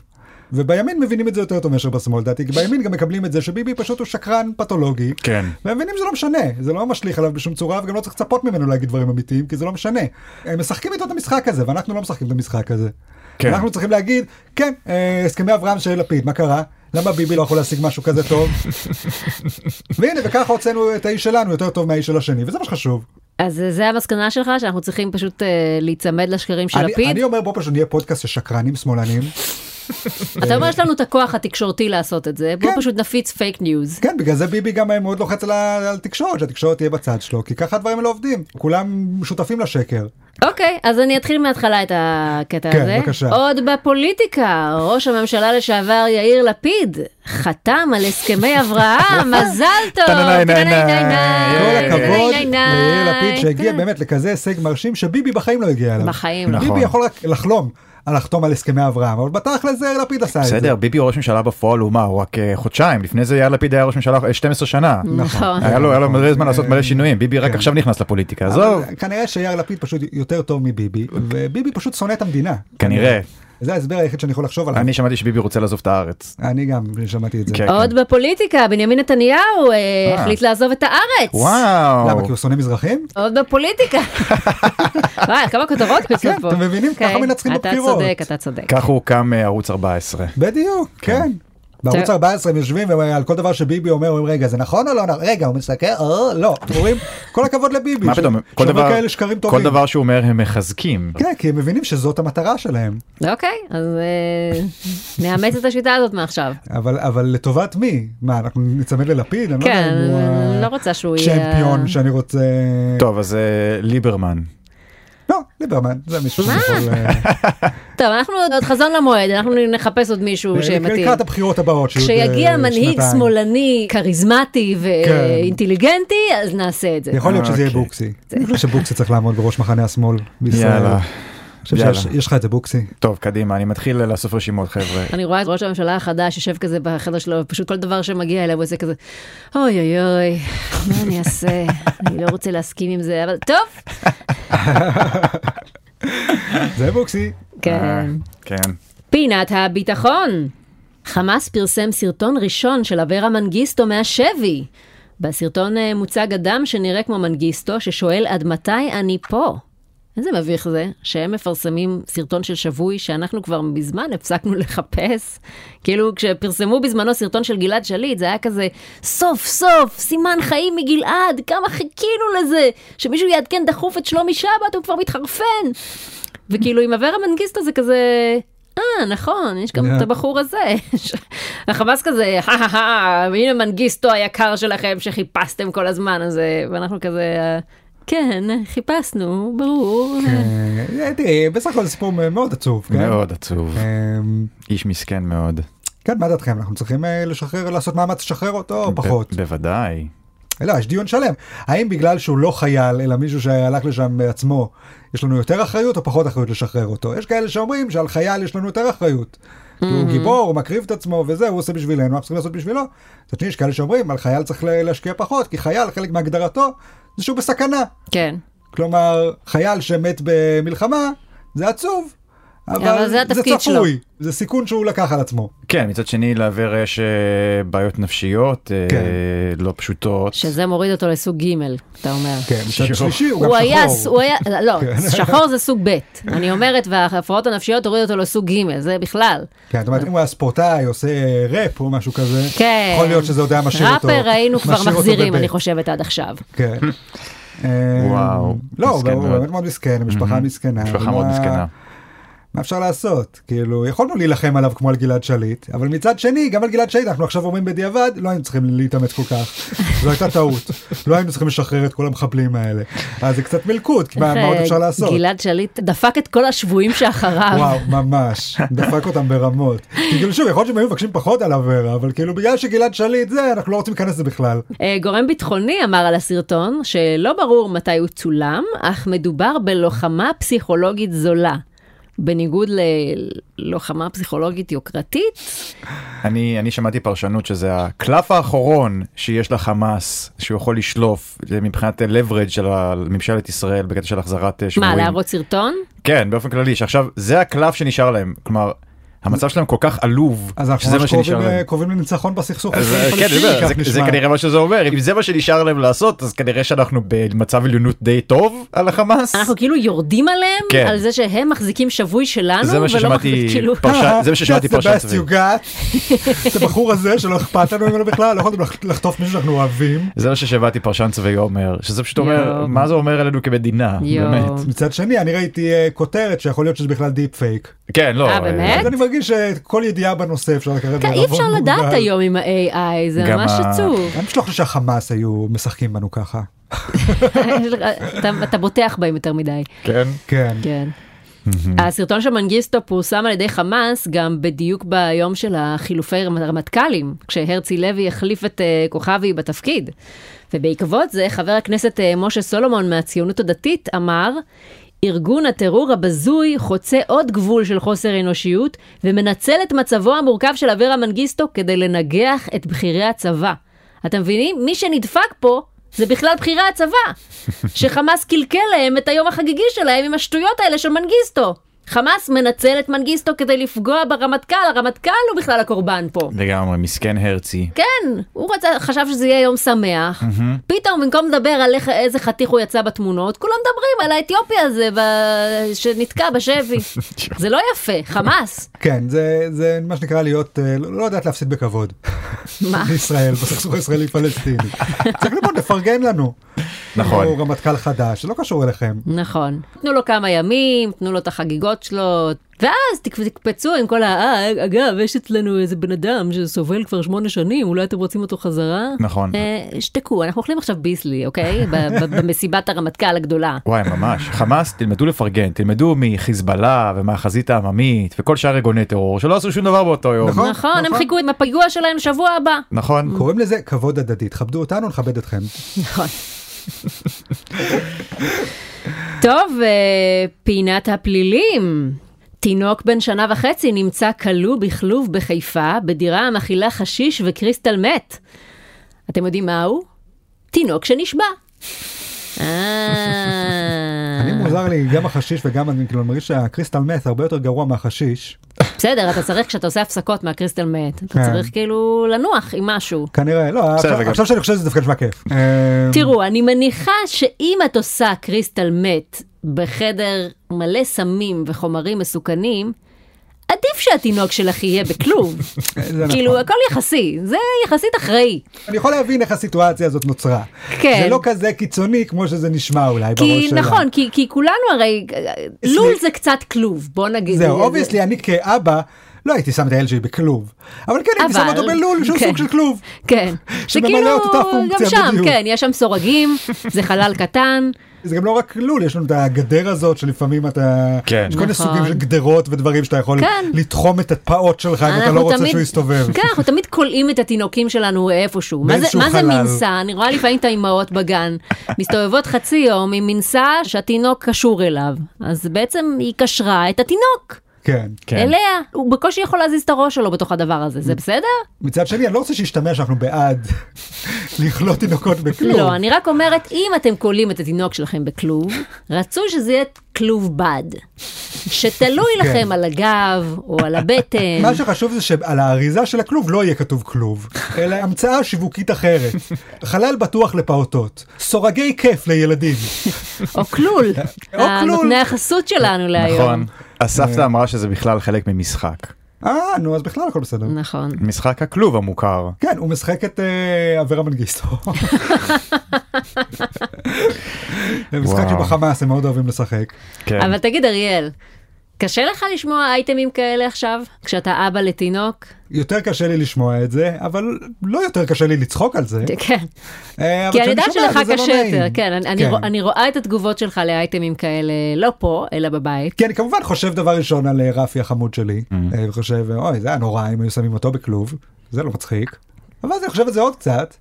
ובימין מבינים את זה יותר טוב מאשר בשמאל, לדעתי, כי בימין גם מקבלים את זה שביבי פשוט הוא שקרן פתולוגי.
כן.
והם מבינים שזה לא משנה, זה לא משליך עליו בשום צורה, וגם לא צריך לצפות ממנו להגיד דברים אמיתיים, כי זה לא משנה. הם משחקים איתו את המשחק הזה, ואנחנו לא משחקים את המשחק הזה.
כן.
אנחנו צריכים להגיד, כן, אה, הסכמי אברהם של לפיד, מה קרה? למה ביבי לא יכול להשיג משהו כזה טוב? והנה, וככה הוצאנו את האיש שלנו יותר טוב מהאיש של השני, וזה מה שחשוב.
אז אה, זה המסקנה שלך, שאנחנו צריכים פשוט אה, להיצמד לשקרים של
אני-
לפיד?
אני אומר, בוא פשוט נהיה פודקאסט של שקרנים שמאלנים.
אתה אומר, יש לנו את הכוח התקשורתי לעשות את זה, בוא
כן.
פשוט נפיץ פייק ניוז.
כן, בגלל זה ביבי גם מאוד לוחץ על ה- על התקשורת, שהתקשורת תהיה בצד שלו, כי ככה הדברים האלה עובדים. כולם שותפים לשקר.
אוקיי, אז אני אתחיל מההתחלה את הקטע
כן,
הזה.
בבקשה.
עוד בפוליטיקה, ראש הממשלה לשעבר יאיר לפיד חתם על הסכמי אברהם, מזל טוב!
טננאי, נאי,
טננאי,
נאי.
נאי.
כל הכבוד
טננאי,
ליאיר לפיד שהגיע
כן.
באמת לכזה הישג מרשים שביבי בחיים לא הגיע אליו.
בחיים לא.
נכון.
ביבי יכול רק לחלום על לחתום על הסכמי אברהם, אבל בתכל'ס זה יאיר לפיד עשה את זה.
בסדר, ביבי הוא ראש ממשלה בפועל הוא מה, הוא רק אה, חודשיים, לפני זה יאיר לפיד היה ראש ממשלה אה, 12 שנה.
נכון.
היה לו היה לו מלא זמן לעשות מלא שינויים, ביבי רק
כן.
עכשיו נכנס לפוליטיקה,
אבל
עזוב,
כנראה שיאיר לפיד פשוט יותר טוב מביבי, וביבי פשוט שונא את המדינה.
כנראה.
זה ההסבר היחיד שאני יכול לחשוב עליו.
אני שמעתי שביבי רוצה לעזוב את הארץ.
אני גם שמעתי את זה.
כן.
עוד בפוליטיקה, בנימין נתניהו אה,
אה.
החליט לעזוב את הארץ.
למה? כי
וואו,
הוא שונא מזרחים?
עוד בפוליטיקה. וואי, כמה כותרות יוצאות פה.
אתם מבינים? ככה
כן,
מנצחים
אתה
בבחירות.
צודק, אתה צודק.
ככה הוא קם אה, ערוץ 14.
בדיוק, כן. בערוץ 14 הם יושבים ועל כל דבר שביבי אומר, אומרים רגע זה נכון או לא, נכון?" רגע הוא מסתכל, "אה, לא, אומרים כל הכבוד לביבי,
מה
ש-
פתאום, כל
שאומר
דבר-
כאלה שקרים
כל
טובים,
דבר שהוא אומר הם מחזקים.
כן כי הם מבינים שזאת המטרה שלהם,
אוקיי, אז אה, נאמץ את השיטה הזאת מעכשיו.
אבל אבל לטובת מי, מה אנחנו ניצמד ללפיד, אני לא יודע
כן,
אם הוא ה-
אני לא רוצה שהוא יהיה...
צ'מפיון שאני רוצה,
טוב, אז אה, ליברמן.
לא ליברמן זה מישהו שיכול, אה,
טוב, אנחנו עוד חזון למועד, אנחנו נחפש עוד מישהו שמתאים.
אה, לקראת הבחירות הבאות, שיהיו, אה,
כשיגיע מנהיג
שנתיים.
שמאלני, כריזמטי
כן.
ואינטליגנטי, אז נעשה את זה.
יכול להיות שזה יהיה
אוקיי.
בוקסי, אני חושב שבוקסי צריך לעמוד בראש מחנה השמאל בישראל,
יאללה.
אני חושב
יאללה.
שיש- יש לך את זה בוקסי,
טוב, קדימה, אני מתחיל אה, לאסוף רשימות, חבר'ה.
אני רואה את ראש הממשלה החדש יושב כזה בחדר שלו, ופשוט כל דבר שמגיע אליו הוא עושה כזה, אוי אוי אוי, מה אני אעשה? אני לא רוצה להסכים עם זה, אבל טוב.
אה. זה בוקסי,
אה,
כן.
כן.
פינת הביטחון. חמאס פרסם סרטון ראשון של אברה מנגיסטו מהשבי. בסרטון אה, מוצג אדם שנראה כמו מנגיסטו, ששואל עד מתי אני פה. איזה מביך זה, שהם מפרסמים סרטון של שבוי שאנחנו כבר מזמן הפסקנו לחפש. כאילו, כשפרסמו בזמנו סרטון של גלעד שליט, זה היה כזה, סוף סוף, סימן חיים מגלעד, כמה חיכינו לזה, שמישהו יעדכן דחוף את שלומי שבת, הוא כבר מתחרפן. וכאילו עם אברה מנגיסטו זה כזה, אה נכון, יש גם את הבחור הזה. החמאס כזה, הא הא הא, הנה מנגיסטו היקר שלכם שחיפשתם כל הזמן הזה, ואנחנו כזה, "אה, כן, חיפשנו, ברור.
אה, תראי, בסך הכל זה סיפור מאוד עצוב. כן?
מאוד עצוב.
אמ,
איש מסכן מאוד.
כן, מה דעתכם? אנחנו צריכים אה, לשחרר, לעשות מאמץ לשחרר אותו או פחות?
ב- בוודאי.
לא, יש דיון שלם. האם בגלל שהוא לא חייל, אלא מישהו שהלך לשם בעצמו, יש לנו יותר אחריות או פחות אחריות לשחרר אותו? יש כאלה שאומרים שעל חייל יש לנו יותר אחריות. כי הוא גיבור, הוא מקריב את עצמו וזה, הוא עושה בשבילנו, אנחנו צריכים לעשות בשבילו. מצד שני, יש כאלה שאומרים, על חייל צריך ל- להשקיע פחות, כי חייל, חלק מהגדרתו, זה שהוא בסכנה.
כן.
כלומר, חייל שמת במלחמה, זה עצוב,
אבל זה התפקיד שלו.
צפוי, זה סיכון שהוא לקח על עצמו.
כן, מצד שני לאביר יש אה, בעיות נפשיות אה,
כן.
לא פשוטות.
שזה מוריד אותו לסוג ג', אתה אומר.
כן, מצד
שחור.
שלישי הוא גם
הוא היה,
שחור.
הוא היה, לא,
כן.
שחור זה סוג ב', אני אומרת, וההפרעות הנפשיות הורידו אותו לסוג ג', זה בכלל.
כן, זאת אומרת, אם הוא היה ספורטאי, עושה ראפ או משהו כזה,
כן.
יכול להיות שזה עוד היה משאיר אותו.
ראפר היינו כבר
משאיר אותו
מחזירים,
בבית.
אני חושבת, עד עכשיו.
כן. אה,
וואו,
לא, הוא
מסכן
הוא
מאוד.
באמת מאוד מסכן, המשפחה
מהמם.
מסכנה.
משפחה
אבל
מאוד
מה-
מסכנה.
מה אפשר לעשות? כאילו, יכולנו להילחם עליו כמו על גלעד שליט, אבל מצד שני, גם על גלעד שליט אנחנו עכשיו אומרים בדיעבד, לא היינו צריכים להתאמץ כל כך. זו הייתה טעות. לא היינו צריכים לשחרר את כל המחבלים האלה. אז זה קצת מלכוד, כי מה מה עוד
איך,
אפשר לעשות?
אה, גלעד שליט דפק את כל השבויים שאחריו.
וואו, ממש, דפק אותם ברמות. כי כאילו שוב, יכול להיות שהם היו מבקשים פחות על אברה, אבל כאילו בגלל שגלעד שליט זה, אנחנו לא רוצים להיכנס לזה בכלל.
אה, גורם ביטחוני אמר על הסרטון שלא ברור מתי הוא צולם, אך מדובר בלוחמה פסיכולוגית זולה. בניגוד ללוחמה פסיכולוגית יוקרתית,
אני, אני שמעתי פרשנות שזה הקלף האחרון שיש לחמאס, שהוא יכול לשלוף זה מבחינת leverage של ה- ממשלת ישראל בקטע של החזרת אה, שבויים.
מה, להראות סרטון?
כן, באופן כללי, שעכשיו זה הקלף שנשאר להם. כלומר, המצב שלהם כל כך עלוב,
אז אנחנו
שזה מה
ממש
שנשאר
קרובים,
להם.
אה, קרובים לניצחון בסכסוך.
אז אה, כן,
הפלסטיני,
אני אומר,
כך
זה- זה
נשמע.
כנראה מה שזה אומר, אם זה מה שנשאר להם לעשות, אז כנראה שאנחנו במצב עליונות די טוב על החמאס.
אנחנו כאילו יורדים עליהם,
כן.
על זה שהם מחזיקים שבוי שלנו,
זה מה
ולא
ששמעתי
מחזיק, כאילו,
פרשן- זה מה ששמעתי
אה, That's the
פרשן
best
צבי.
you got. את הבחור הזה שלא אכפת לנו ממנו בכלל, לא יכולתם לח- לחטוף מישהו שאנחנו אוהבים.
זה מה ששמעתי פרשן צבאי אומר, שזה פשוט אומר,
יואו.
מה זה אומר עלינו כמדינה,
יואו.
באמת.
מצד שני, אני ראיתי אה, כותרת שיכול להיות שזה בכלל דיפ פייק.
כן, לא.
אה,
אה,
באמת?
אז אני מרגיש שכל ידיעה בנושא אפשר לקרב.
כן, אה, אי אפשר לדעת היום עם ה-AI, זה
גם
ממש
ה-
עצוב.
אני פשוט לא חושב שהחמאס היו משחקים בנו ככה.
אתה- אתה בוטח בהם יותר מדי.
כן.
כן.
כן. הסרטון של מנגיסטו פורסם על ידי חמאס גם בדיוק ביום של החילופי רמ- רמטכ"לים, כשהרצי לוי החליף את אה, כוכבי בתפקיד. ובעקבות זה חבר הכנסת אה, משה סולומון מהציונות הדתית אמר, ארגון הטרור הבזוי חוצה עוד גבול של חוסר אנושיות ומנצל את מצבו המורכב של אברה מנגיסטו כדי לנגח את בכירי הצבא. אתם מבינים? מי שנדפק פה זה בכלל בכירי הצבא, שחמאס קלקל להם את היום החגיגי שלהם עם השטויות האלה של מנגיסטו. חמאס מנצל את מנגיסטו כדי לפגוע ברמטכ"ל, הרמטכ"ל הוא בכלל הקורבן פה.
לגמרי, מסכן הרצי.
כן, הוא רצה, חשב שזה יהיה יום שמח. פתאום במקום לדבר על איך, איזה חתיך הוא יצא בתמונות, כולם מדברים על האתיופי הזה ב... שנתקע בשבי. זה לא יפה, חמאס.
כן, זה, זה מה שנקרא להיות, אה, לא, לא יודעת להפסיד בכבוד.
מה?
בישראל, בסכסוך הישראלי-פלסטיני. צריך לבוא לפרגן לנו.
נכון.
הוא רמטכ"ל חדש, זה לא קשור אליכם.
נכון. תנו לו כמה ימים, תנו לו את החגיגות שלו, ואז תק- תקפצו עם כל ה... "אה, אגב, יש אצלנו איזה בן אדם שסובל כבר שמונה שנים, אולי אתם רוצים אותו חזרה?
נכון.
אה, שתקו, אנחנו אוכלים עכשיו ביסלי, אוקיי? ב- ב- במסיבת הרמטכ"ל הגדולה.
וואי ממש חמאס תלמדו לפרגן תלמדו מחיזבאללה ומהחזית העממית וכל שאר ארגוני טרור שלא עשו שום דבר באותו יום
נכון.
נכון, הם
נכון.
חיכו עם הפיגוע שלהם שבוע הבא.
נכון
קוראים לזה כבוד הדדי, תכבדו אותנו, נכבד אתכם.
נכון. טוב, אה, פינת הפלילים. תינוק בן שנה וחצי נמצא כלוא בכלוב בחיפה, בדירה המכילה חשיש וקריסטל מת. אתם יודעים מה הוא? תינוק שנשבע.
אני
אה,
מוזר לי, גם החשיש וגם אני כאילו אני מרגיש שהקריסטל מת הרבה יותר גרוע מהחשיש.
בסדר, אתה צריך, כשאתה עושה הפסקות מהקריסטל מת, אתה
כן.
צריך כאילו לנוח עם משהו. כנראה.
לא,
בסדר,
עכשיו-
גם-
עכשיו שאני חושב שזה דווקא נשמע כיף. אה,
תראו, אני מניחה שאם את עושה קריסטל מת בחדר מלא סמים וחומרים מסוכנים, עדיף שהתינוק שלך יהיה בכלוב.
זה נכון.
כאילו, הכל יחסי, זה יחסית אחראי.
אני יכול להבין איך הסיטואציה הזאת נוצרה.
כן.
זה לא כזה קיצוני כמו שזה נשמע אולי בראש
כי
שלה.
נכון, כי, כי כולנו הרי, לול זה קצת כלוב, בוא נגיד.
זהו, אובייסלי אני כאבא לא הייתי שם את הילד שלי בכלוב. אבל כן הייתי
אבל-
שם אותו בלול שהוא
כן.
סוג של כלוב.
כן, זה
שממלא
כאילו,
את אותה פונקציה
גם שם,
בדיוק.
כן, יש שם סורגים, זה חלל קטן,
זה גם לא רק כלול, יש לנו את הגדר הזאת שלפעמים אתה...
כן.
יש כל מיני
נכון.
סוגים של גדרות ודברים שאתה יכול
כן.
לתחום את הפעוט שלך אם אתה
אנחנו
לא רוצה
תמיד-
שהוא יסתובב.
כן, אנחנו תמיד כולאים את התינוקים שלנו איפשהו. מה זה-
באיזשהו
מה זה
חלל.
מנסה? אני רואה לפעמים את האימהות בגן, מסתובבות חצי יום עם מנסה שהתינוק קשור אליו. אז בעצם היא קשרה את התינוק.
כן.
כן.
אליה, הוא בקושי יכול להזיז את הראש שלו בתוך הדבר הזה, זה בסדר?
מצד שני, אני לא רוצה שישתמע שאנחנו בעד לכלות תינוקות בכלוב.
לא, אני רק אומרת, אם אתם כולאים את התינוק שלכם בכלוב, רצוי שזה יהיה כלוב בד. שתלוי
כן.
לכם על הגב או על הבטן.
מה שחשוב זה שעל האריזה של הכלוב לא יהיה כתוב כלוב, אלא המצאה שיווקית אחרת. חלל בטוח לפעוטות, סורגי כיף לילדים.
או כלול. אה,
או כלול.
נותני החסות שלנו להיום.
נכון. הסבתא אמרה שזה בכלל חלק ממשחק.
אה, נו, אז בכלל הכל בסדר.
נכון.
משחק הכלוב המוכר.
כן, הוא משחק את אה, אברה מנגיסטו. זה משחק
וואו.
שבחמאס הם מאוד אוהבים לשחק.
כן.
אבל תגיד, אריאל, קשה לך לשמוע אייטמים כאלה עכשיו, כשאתה אבא לתינוק?
יותר קשה לי לשמוע את זה, אבל לא יותר קשה לי לצחוק על זה.
כן.
אה, אבל
כי אני
כשאני
יודעת
שומע את
שלך
זה, זה לא
קשה
נעים.
יותר, כן, אני- אני רוא- אני רואה את התגובות שלך לאייטמים כאלה, לא פה, אלא בבית.
כי אני כמובן חושב דבר ראשון על אה, רפי החמוד שלי,
Mm.
אה, וחושב, אוי, זה היה נורא אם היו שמים אותו בכלוב, זה לא מצחיק. אבל אז אני חושב על זה עוד קצת,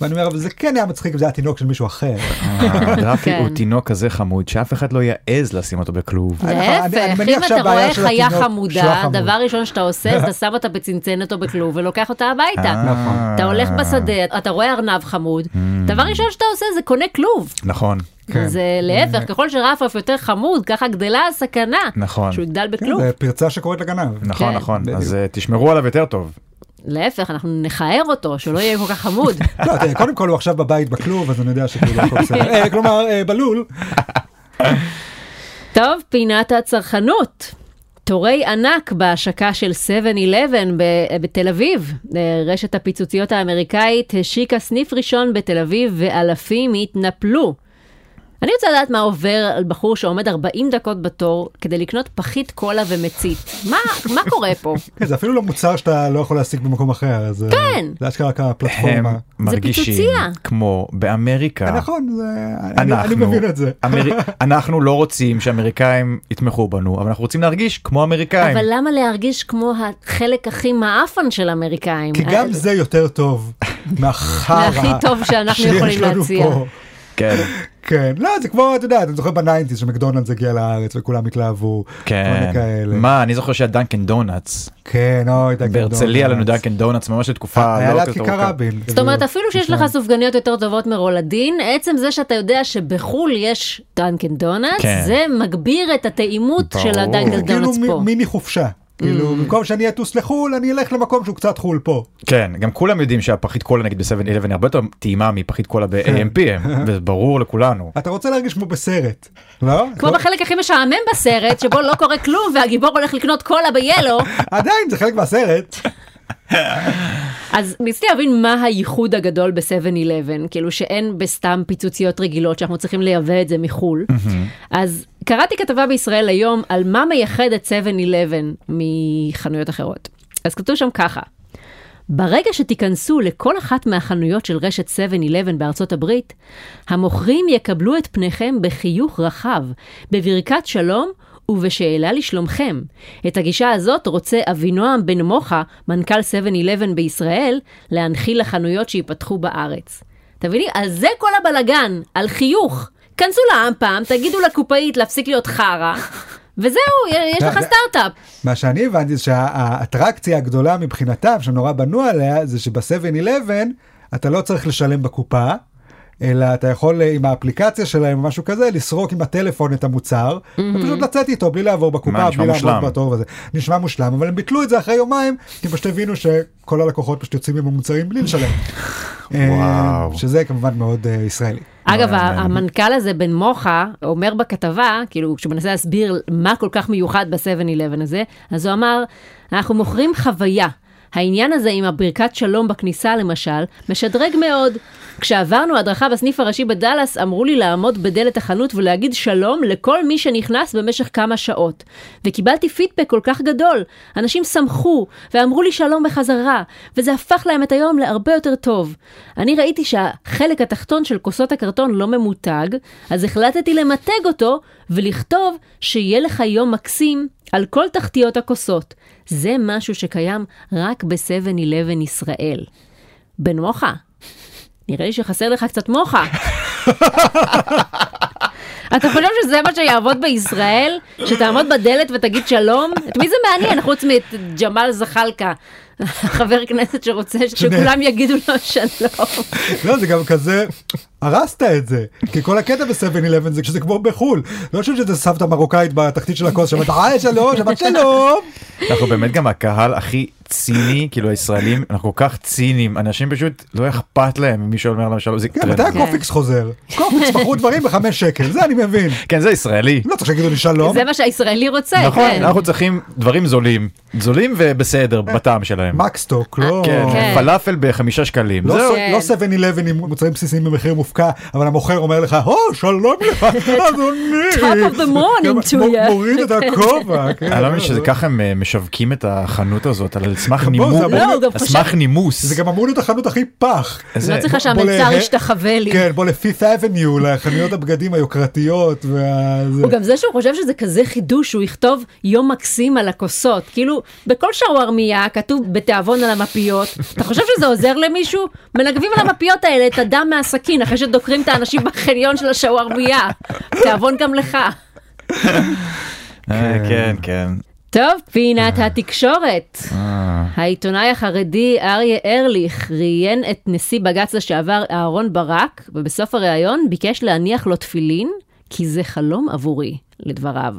ואני אומר, אבל זה כן היה מצחיק אם זה היה תינוק של מישהו אחר.
אה, רפי
כן.
הוא תינוק כזה חמוד שאף אחד לא יעז לשים אותו בכלוב.
אני- אני- אני
להפך,
מניח
אם אתה
שהבעיה
רואה
של
חיה
התינוק שהוא
חמודה,
החמוד.
דבר ראשון שאתה עושה, אתה שם אותה בצנצנת או בכלוב ולוקח אותה הביתה.
אה,
אתה הולך בשדה, אתה רואה ארנב חמוד, דבר ראשון שאתה עושה זה קונה כלוב.
נכון.
אה. כן.
אז אה, להפך, ככל שרפרף יותר חמוד, ככה גדלה הסכנה.
נכון.
שהוא יגדל בכלוב.
כן, זה פרצה שקורית לגנב.
נכון
כן.
נכון
בדיוק.
אז אה, תשמרו עליו יותר טוב.
להפך, אנחנו נכער אותו, שלא יהיה כל כך חמוד.
לא, תראה, קודם כל הוא עכשיו בבית בכלוב, אז אני יודע שכאילו הכל בסדר. אה, כלומר, אה, בלול.
טוב, פינת הצרכנות. תורי ענק בהשקה של 7-11 ב- בתל אביב. אה, רשת הפיצוציות האמריקאית השיקה סניף ראשון בתל אביב ואלפים התנפלו. אני רוצה לדעת מה עובר על בחור שעומד 40 דקות בתור כדי לקנות פחית קולה ומצית. מה, מה קורה פה?
כן, זה אפילו לא מוצר שאתה לא יכול להשיג במקום אחר, אז... אה,
כן.
זה אשכרה ככה
הם
פלטפורמה.
מרגישים
פיצוצייה.
כמו באמריקה.
נכון, זה- אני-
אנחנו,
אני מבין את זה.
אמר... אנחנו לא רוצים שאמריקאים יתמכו בנו אבל אנחנו רוצים להרגיש כמו
כן.
אמריקאים.
אבל למה להרגיש כמו החלק הכי מעפן של האמריקאים?
כי גם זה יותר טוב מהחרא
אה, זה הכי טוב שאנחנו
שיש
יכולים
לנו
להציע.
פה.
כן.
כן, לא, זה כמו, אתה יודע, אתה זוכר בניינטיז שמקדונלדס הגיע לארץ וכולם התלהבו. כל מיני
כן.
כאלה.
מה אני זוכר שהיה דנקן דונלדס
כן, אוי, דנקן
בהרצליה לנו
דונלדס.
דנקן דונלדס ממש לתקופה
היה
לא
ליד
כזאת
כיכר
ארוכה.
רבין. כאילו,
זאת אומרת, אפילו שיש
נכון.
לך סופגניות יותר טובות מרולדין, עצם זה שאתה יודע שבחו"ל יש דנקן דונלדס,
כן.
זה מגביר את הטעימות
ברור.
של
זה
הדנקן
כאילו
דונלדס פה. Mm.
מ- מיני חופשה. כאילו, במקום שאני אטוס לחו"ל, אני אלך למקום שהוא קצת חו"ל פה.
כן גם כולם יודעים שהפחית קולה נגיד ב-7-11 הרבה יותר טעימה מפחית קולה ב-AMPM וזה ברור לכולנו.
אתה רוצה להרגיש כמו בסרט, לא?
כמו
לא-
בחלק הכי משעמם בסרט, שבו לא קורה כלום והגיבור הולך לקנות קולה ביאלו,
עדיין, זה חלק מהסרט.
אז ניסיתי להבין מה הייחוד הגדול ב-7-11, כאילו שאין בסתם פיצוציות רגילות שאנחנו צריכים לייבא את זה מחו"ל. אז קראתי כתבה בישראל היום על מה מייחד את 7-11 מחנויות אחרות. אז כתוב שם ככה, ברגע שתיכנסו לכל אחת מהחנויות של רשת 7-11 בארצות הברית, המוכרים יקבלו את פניכם בחיוך רחב, בברכת שלום ובשאלה לשלומכם. את הגישה הזאת רוצה אבינועם בן מוחה, מנכ"ל 7-11 בישראל, להנחיל לחנויות שייפתחו בארץ. תביני, על זה כל הבלגן, על חיוך. כנסו לעם פעם, תגידו לקופאית להפסיק להיות חרא, וזהו, יש לך סטארט-אפ.
מה שאני הבנתי זה שהאטרקציה הגדולה מבחינתם, שהם נורא בנו עליה, זה שב-7-11 אתה לא צריך לשלם בקופה, אלא אתה יכול אה, עם האפליקציה שלהם או משהו כזה, לסרוק עם הטלפון את המוצר, ופשוט לצאת איתו בלי לעבור
מה,
בקופה,
נשמע
בלי לעמוד
מושלם.
בתור וזה. נשמע מושלם, אבל הם ביטלו את זה אחרי יומיים, כי פשוט הבינו שכל הלקוחות פשוט יוצאים עם המוצרים בלי לשלם. אה, שזה כמובן מאוד אה, ישראלי.
אגב,
לא יאמן.
המנכ"ל הזה בן מוחה אומר בכתבה, כאילו, כשהוא מנסה להסביר מה כל כך מיוחד ב-7-11 הזה, אז הוא אמר, אנחנו מוכרים חוויה. העניין הזה עם הברכת שלום בכניסה למשל, משדרג מאוד. כשעברנו הדרכה בסניף הראשי בדאלאס, אמרו לי לעמוד בדלת החנות ולהגיד שלום לכל מי שנכנס במשך כמה שעות. וקיבלתי פידבק כל כך גדול. אנשים שמחו ואמרו לי שלום בחזרה, וזה הפך להם את היום להרבה יותר טוב. אני ראיתי שהחלק התחתון של כוסות הקרטון לא ממותג, אז החלטתי למתג אותו ולכתוב שיהיה לך יום מקסים על כל תחתיות הכוסות. זה משהו שקיים רק ב-7-11 ישראל. בן מוחה, נראה לי שחסר לך קצת מוחה. אתה חושב שזה מה שיעבוד בישראל? שתעמוד בדלת ותגיד שלום? את מי זה מעניין חוץ מאת ג'מאל זחאלקה חבר כנסת שרוצה שכולם יגידו לו שלום.
לא, זה גם כזה, הרסת את זה. כי כל הקטע ב-7-11 זה כשזה כמו בחול. לא חושב שזה סבתא מרוקאית בתחתית של הכוס, שבת היי שלום, שבת
כן.
שלום.
אנחנו באמת גם הקהל הכי ציני, כאילו הישראלים, אנחנו כל כך ציניים, אנשים פשוט לא אכפת להם אם מישהו אומר להם שלום, זה
כן, מתי
טרנד.
הקופיקס חוזר? קופיקס מכרו דברים בחמש שקל, זה אני מבין.
כן, זה ישראלי.
לא צריך שיגידו לי שלום.
זה מה שהישראלי רוצה,
נכון,
כן.
אנחנו צריכים דברים זולים, זולים ובסדר
כן.
בטעם שלהם.
מקסטוק, לא...
כן,
כן.
פלאפל בחמישה שקלים.
לא
זהו.
ס-
כן.
לא 7-11 עם מוצרים בסיסיים במחיר מופקע, אבל המוכר אומר לך, הו, שלום לך, אדוני.
Top of the morning to
מ-
you.
מוריד את הכובע. כן.
אני לא מבין שזה ככה הם אה, משווקים את החנות הזאת על סמך
גם בוא,
נימוס,
זה אמור
לא, הוא גם
על
חושב-
סמך נימוס.
זה גם אמור להיות החנות הכי פח.
זה-
לא צריכה
בוא- בוא
שהמלצר
לה-
ישתחווה לי.
כן, בוא לפיף אבניו, לחנויות הבגדים היוקרתיות. וה- זה.
הוא גם זה שהוא חושב שזה כזה חידוש, שהוא יכתוב יום מקסים על הכוסות. כאילו, בכל שווארמיה כתוב בתיאבון על המפיות. אתה חושב שזה עוזר למישהו? מנגבים על המפיות האלה את הדם מהסכין, אחרי שדוקרים את האנשים בחניון של השווארמיה. תיאבון גם לך.
אה, כן, כן.
טוב, פינת התקשורת.
אה,
העיתונאי החרדי אריה ארליך ראיין את נשיא בג"ץ לשעבר אהרן ברק, ובסוף הריאיון ביקש להניח לו תפילין, כי זה חלום עבורי, לדבריו.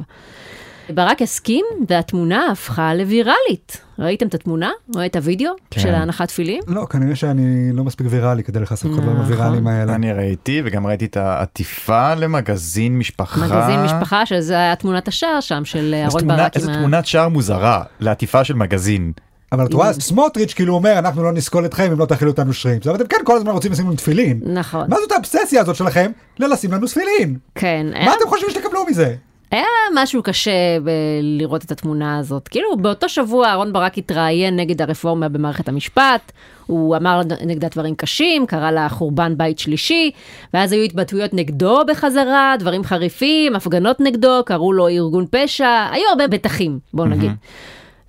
ברק הסכים, והתמונה הפכה לוויראלית. ראיתם את התמונה? או את הוידאו
כן.
של ההנחת תפילין?
לא, כנראה שאני לא מספיק ויראלי כדי לחשוף את כל הדברים
נכון.
הוויראליים האלה.
אני ראיתי וגם ראיתי את העטיפה למגזין משפחה.
מגזין משפחה, שזה היה תמונת השער שם של
איזה
אהרן
תמונה-
ברק.
איזה
עם ה-
תמונת שער מוזרה לעטיפה של מגזין.
אבל את רואה, סמוטריץ' כאילו אומר, אנחנו לא נסקול אתכם אם לא תאכילו אותנו שרימפס. אבל אתם כן כל הזמן רוצים לשים לנו תפילין.
נכון,
מה זאת האובססיה הזאת שלכם ללשים לנו תפילין?
כן.
מה אתם חושבים שתקבלו מזה?
היה משהו קשה בלראות את התמונה הזאת. כאילו, באותו שבוע אהרן ברק התראיין נגד הרפורמה במערכת המשפט, הוא אמר נגדה דברים קשים, קרא לה חורבן בית שלישי, ואז היו התבטאויות נגדו בחזרה, דברים חריפים, הפגנות נגדו, קראו לו ארגון פשע, היו הרבה בטחים, בואו נגיד.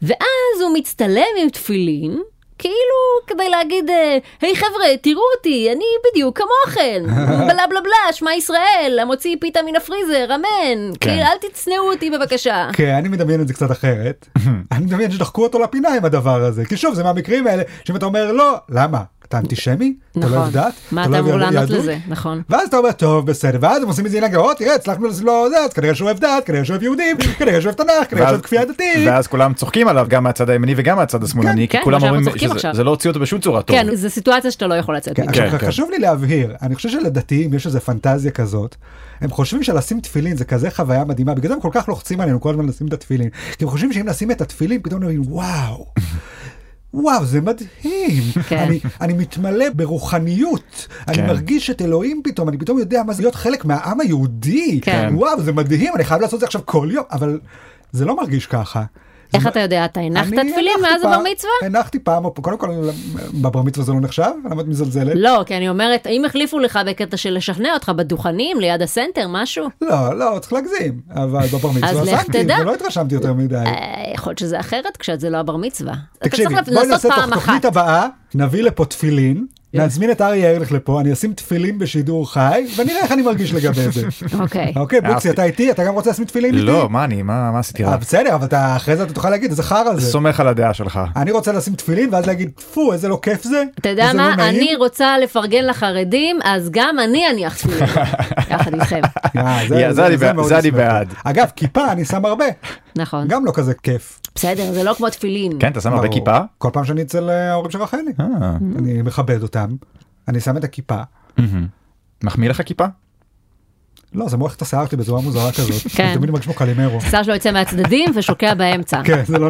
ואז הוא מצטלם עם תפילין. כאילו כדי להגיד, אה, היי חבר'ה, תראו אותי, אני בדיוק כמוכן, בלה בלה בלה, שמע ישראל, המוציא פיתה מן הפריזר, אמן.
כן.
כאילו, אל תצנעו אותי בבקשה.
כן, אני מדמיין את זה קצת אחרת. אני מדמיין שדחקו אותו לפינה עם הדבר הזה. כי שוב, זה מהמקרים האלה, שאם אתה אומר לא, למה? אתה אנטישמי? אתה לא
נכון.
אוהב דת?
מה
לא
אתה
אוהב
אמור
יהדות?" לא.
לענות לזה? נכון.
ואז אתה אומר, טוב, בסדר, ואז הם עושים מזה עניין, או, תראה, הצלחנו לזה, לא, זה, אז כנראה שהוא אוהב דת, כנראה שהוא אוהב יהודים, כנראה שהוא אוהב תנ"ך, כנראה שהוא
ואז-
אוהב כפייה דתית.
ואז כולם צוחקים עליו גם מהצד הימני וגם מהצד השמאלני, כי
כן,
כולם
כמו שאנחנו
אומרים
צוחקים עכשיו.
שזה לא הוציא אותו בשום צורה טוב.
כן, זו סיטואציה שאתה לא יכול לצאת
כן,
ממנה.
עכשיו,
כן.
חשוב לי להבהיר, אני חושב שלדתיים יש איזו פנטזיה כזאת, הם חושבים שלשים תפילין זה כזה חוויה מדהימה, בגלל זה הם כל כך לוחצים עלינו כל הזמן לשים את התפילין, כי הם חושבים שאם נשים את התפילין פתאום נבין וואו. וואו, זה מדהים.
כן.
אני, אני מתמלא ברוחניות.
כן.
אני מרגיש את אלוהים פתאום, אני פתאום יודע מה זה להיות חלק מהעם היהודי.
כן.
וואו, זה מדהים, אני חייב לעשות את זה עכשיו כל יום, אבל זה לא מרגיש ככה. זה
איך
מ-
אתה יודע? אתה הנחת
אני
תפילין
הנחתי
מאז הבר
פעם-
מצווה?
הנחתי פעם, קודם כל, בבר מצווה זה לא נחשב? למה את מזלזלת?
לא, כי אני אומרת, אם החליפו לך בקטע של לשכנע אותך בדוכנים, ליד הסנטר, משהו,
לא, לא, צריך להגזים, אבל בבר
אז
מצווה
לך
עסקתי,
תדע.
ולא התרשמתי יותר מדי.
אה, יכול להיות שזה אחרת כשאת זה לא הבר מצווה. אתה
תקשיבי,
צריך
בואי נעשה
לעשות פעם
תוך
אחת.
תוכנית הבאה, נביא לפה תפילין, נזמין את אריה ארליך לפה, אני אשים תפילין בשידור חי, ונראה איך אני מרגיש לגבי זה.
אוקיי.
אוקיי, בוקסי,
אהבתי.
אתה איתי? אתה גם רוצה לשים תפילין איתי?
לא, מה אני, מה מה עשיתי
אה,
רע?
בסדר, אבל אתה- אחרי זה אתה תוכל להגיד, איזה חרא זה. אה,
סומך על הדעה שלך.
אני רוצה לשים תפילין, ואז להגיד, טפו, איזה לא כיף זה.
אתה יודע
איזה לא
מה,
נעים."
אני רוצה לפרגן לחרדים, אז גם אני אניח תפילין, יחד איתכם.
אה,
יא, זה אני בעד-
מאוד
זה אני
הסמכתי.
בעד.
אגב, כיפה אני שם הרבה,
נכון.
גם לא כזה כיף.
בסדר, זה לא כמו תפילין.
כן, אתה שם הרבה
ברור.
כיפה?
כל פעם שאני אצל אה, ההורים של רחלי.
אה,
אני מכבד אותם, אני שם את הכיפה.
מחמיא לך כיפה?
לא, זה מועך את השיער שלי בצורה מוזרה כזאת.
כן.
אני תמיד מרגיש כמו קלימרו.
השר שלו יוצא מהצדדים ושוקע באמצע.
כן, זה לא...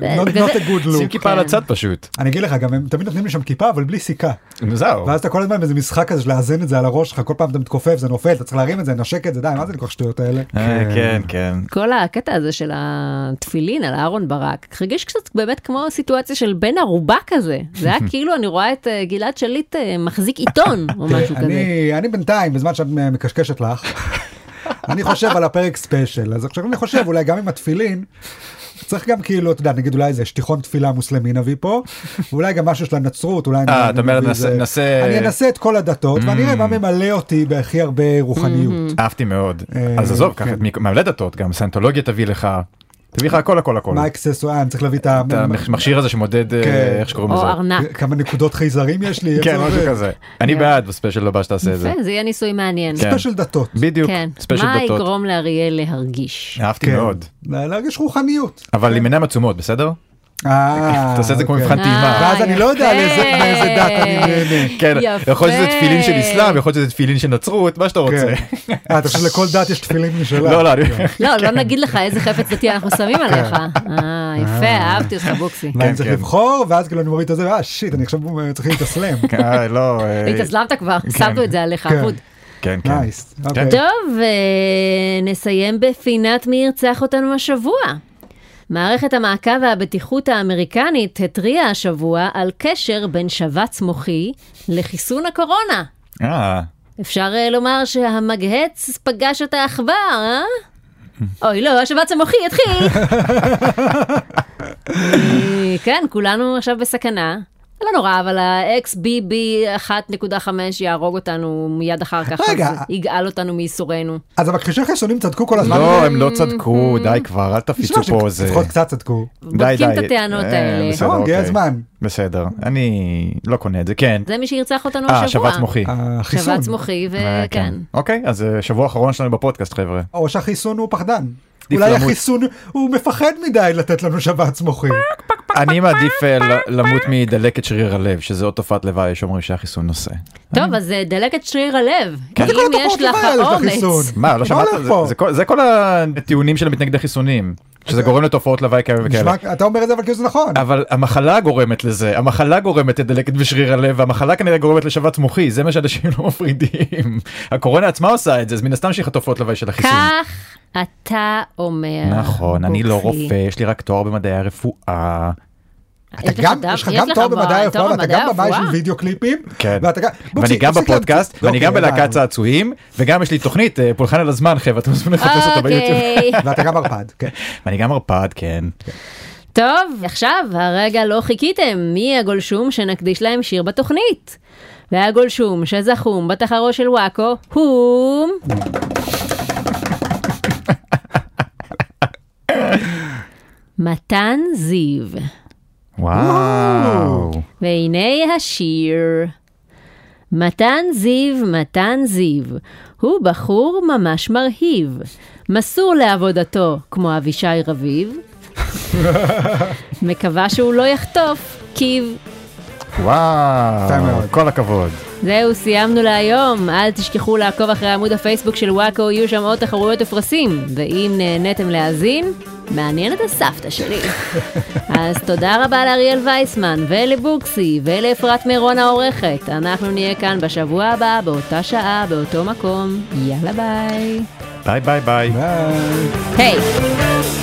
Not not a good
שים
look.
כיפה על
כן.
הצד פשוט.
אני אגיד לך, גם הם תמיד נותנים לי שם כיפה, אבל בלי סיכה.
זהו.
ואז אתה כל הזמן באיזה משחק כזה של לאזן את זה על הראש שלך, כל פעם אתה מתכופף, זה נופל, אתה צריך להרים את זה, לנשק את זה, די, מה זה לכל השטויות האלה?
אה, כן, כן.
כל הקטע הזה של התפילין על אהרון ברק, הרגיש קצת באמת כמו סיטואציה של בן ערובה כזה. זה היה כאילו, אני רואה את אה, גלעד שליט אה, מחזיק עיתון או משהו
אני-
כזה.
אני בינתיים, בזמן שאת מקשקשת לך, אני חושב על הפרק ספיישל, אז עכשיו אני חושב, אולי גם עם התפילין, צריך גם כאילו, אתה יודע, נגיד אולי איזה שטיחון תפילה מוסלמי נביא פה, ואולי גם משהו של הנצרות, אולי...
אה,
אני-
אתה אומר,
נביא
נעשה-
איזה-
נעשה- Mm.
אני אנסה את כל הדתות, ואני אראה מה ממלא אותי בהכי הרבה רוחניות.
Mm-hmm.
אהבתי מאוד.
אה,
אז עזוב, קח
כן.
את מי- מהמלא דתות, גם סנטולוגיה תביא לך. תביא לך הכל הכל הכל.
מה האקססואר, אני צריך להביא את
את
ה...
המכשיר הזה שמודד אה,
כן.
איך שקוראים
או
לזה.
ארנק.
כמה נקודות חייזרים יש לי? איך
כן
זה
משהו
עובד?
כזה. אני בעד בספיישל הבא שתעשה את זה.
יפה, זה יהיה ניסוי מעניין.
כן.
ספיישל דתות.
בדיוק.
כן.
ספיישל
מה
דתות.
יגרום לאריאל
אה,
להרגיש?
אהבתי מאוד.
להרגש כן. רוחניות.
אבל עם עיניים עצומות בסדר?
אה,
תעשה את זה כמו
אוקיי.
מבחן טעימה.
ואז אני לא יודע
אה, יפה.
לאיזה- מאיזה דת אני נהנה.
כן.
יפה.
יכול להיות שזה תפילין של אסלאם יכול להיות שזה תפילין של נצרות מה שאתה רוצה.
כן. אה, אתה חושב שלכל דת יש תפילין משלה?
לא לא. אני-
לא,
כן.
לא נגיד לך איזה חפץ דתי אנחנו שמים עליך. אה, יפה, אהבתי אותך בוקסי.
ואני
כן,
צריך
כן.
לבחור, ואז כאילו אני מוריד את זה, אה שיט, אני עכשיו צריך להתאסלם.
אה, לא. אה,
התאזלמת כבר, שמנו את זה עליך,
כן.
אבוד.
כן כן.
נייס. אוקיי.
טוב, אה, נסיים בפינת מי ירצח אותנו השבוע. מערכת המעקב והבטיחות האמריקנית התריעה השבוע על קשר בין שבץ מוחי לחיסון הקורונה.
אה,
אפשר אה, לומר שהמגהץ פגש את העכבר, אה? אוי, לא, השבץ המוחי התחיל. אה, כן, כולנו עכשיו בסכנה. לא נורא, אבל ה-XBB 1.5 יהרוג אותנו מיד אחר כך.
רגע.
אז יגאל אותנו מייסורינו.
אז המכחישי חיסונים צדקו כל הזמן.
לא הם לא צדקו די כבר אל
נשמע
תפיצו
שהם
פה זה. כן.
לפחות קצת צדקו.
Mm-hmm. בודקים את הטענות
אה,
האלה.
בסדר,
לא, הגיע
אוקיי.
הזמן.
בסדר, אני לא קונה את זה, כן.
זה מי שירצח אותנו השבוע.
אה, שבץ מוחי.
החיסון.
שבץ מוחי,
אה,
כן.
וכן.
אוקיי, אז אה, שבוע אחרון שלנו בפודקאסט, חבר'ה.
או שהחיסון הוא פחדן.
עדיף
אולי
למות.
החיסון הוא מפחד מדי לתת לנו שבץ מוחי.
אני מעדיף אה, ל- למות מדלקת שריר הלב, שזה עוד תופעת לוואי שאומרים שהחיסון נושא.
טוב, אז אה, דלקת שריר הלב.
מה כן. זה כל
אם
התופעות
יש לך
לוואי האלה של החיסון?
אומץ.
מה, לא שמעת?
הולך
זה-
פה?
זה כל- זה כל הטיעונים של מתנגדי חיסונים, שזה גורם לתופעות לוואי כאלה וכאלה.
נשמע- אתה אומר את זה אבל כאילו זה נכון.
אוקיי. אבל המחלה גורמת לזה, המחלה גורמת לדלקת בשריר הלב, והמחלה כנראה גורמת לשבץ מוחי, זה מה שאנשים לא מפרידים. הקורונה עצמה עושה את זה, אז מן הסתם שיש לך תופעות לוואי של החיסון.
כך אתה אומר.
נכון, אני לא
בוקסי.
רופא, יש לי רק תואר במדעי הרפואה.
אתה
יש לך
גם,
דם-
יש לך גם תואר במדעי
ב-
הרפואה ואתה גם במאי
הרפואה?
של וידאו קליפים.
כן.
ואתה גם-
ואני
בוקסי,
גם
תפסיק להמציא.
בפודקאסט, ואני
אוקיי,
גם בלהקת
הבנו.
צעצועים, וגם יש לי תוכנית, אה, פולחן על הזמן, חבר'ה, אתם מוזמנים לחפש אותה ביוטיוב.
אוקיי.
ואתה גם ערפד, כן.
ואני גם מרפד, כן.
טוב, עכשיו הרגע לא חיכיתם, מי הגולשום שנקדיש להם שיר בתוכנית? והגולשום שזכום בתחרו של וואקו הוא... מתן זיו,
וואו.
והנה השיר. מתן זיו, מתן זיו, הוא בחור ממש מרהיב, מסור לעבודתו כמו אבישי רביב, מקווה שהוא לא יחטוף, כיב.
יפה
וואו.
מאוד.
כל הכבוד.
זהו, סיימנו להיום. אל תשכחו לעקוב אחרי עמוד הפייסבוק של וואקו, יהיו שם עוד תחרויות ופרסים. ואם נהניתם להאזין, מעניין את הסבתא שלי. אז תודה רבה לאריאל וייסמן, ולבוקסי, ולאפרת מירון העורכת. אנחנו נהיה כאן בשבוע הבא, באותה שעה, באותו מקום. יאללה ביי.
ביי ביי ביי.
ביי.
היי! Hey.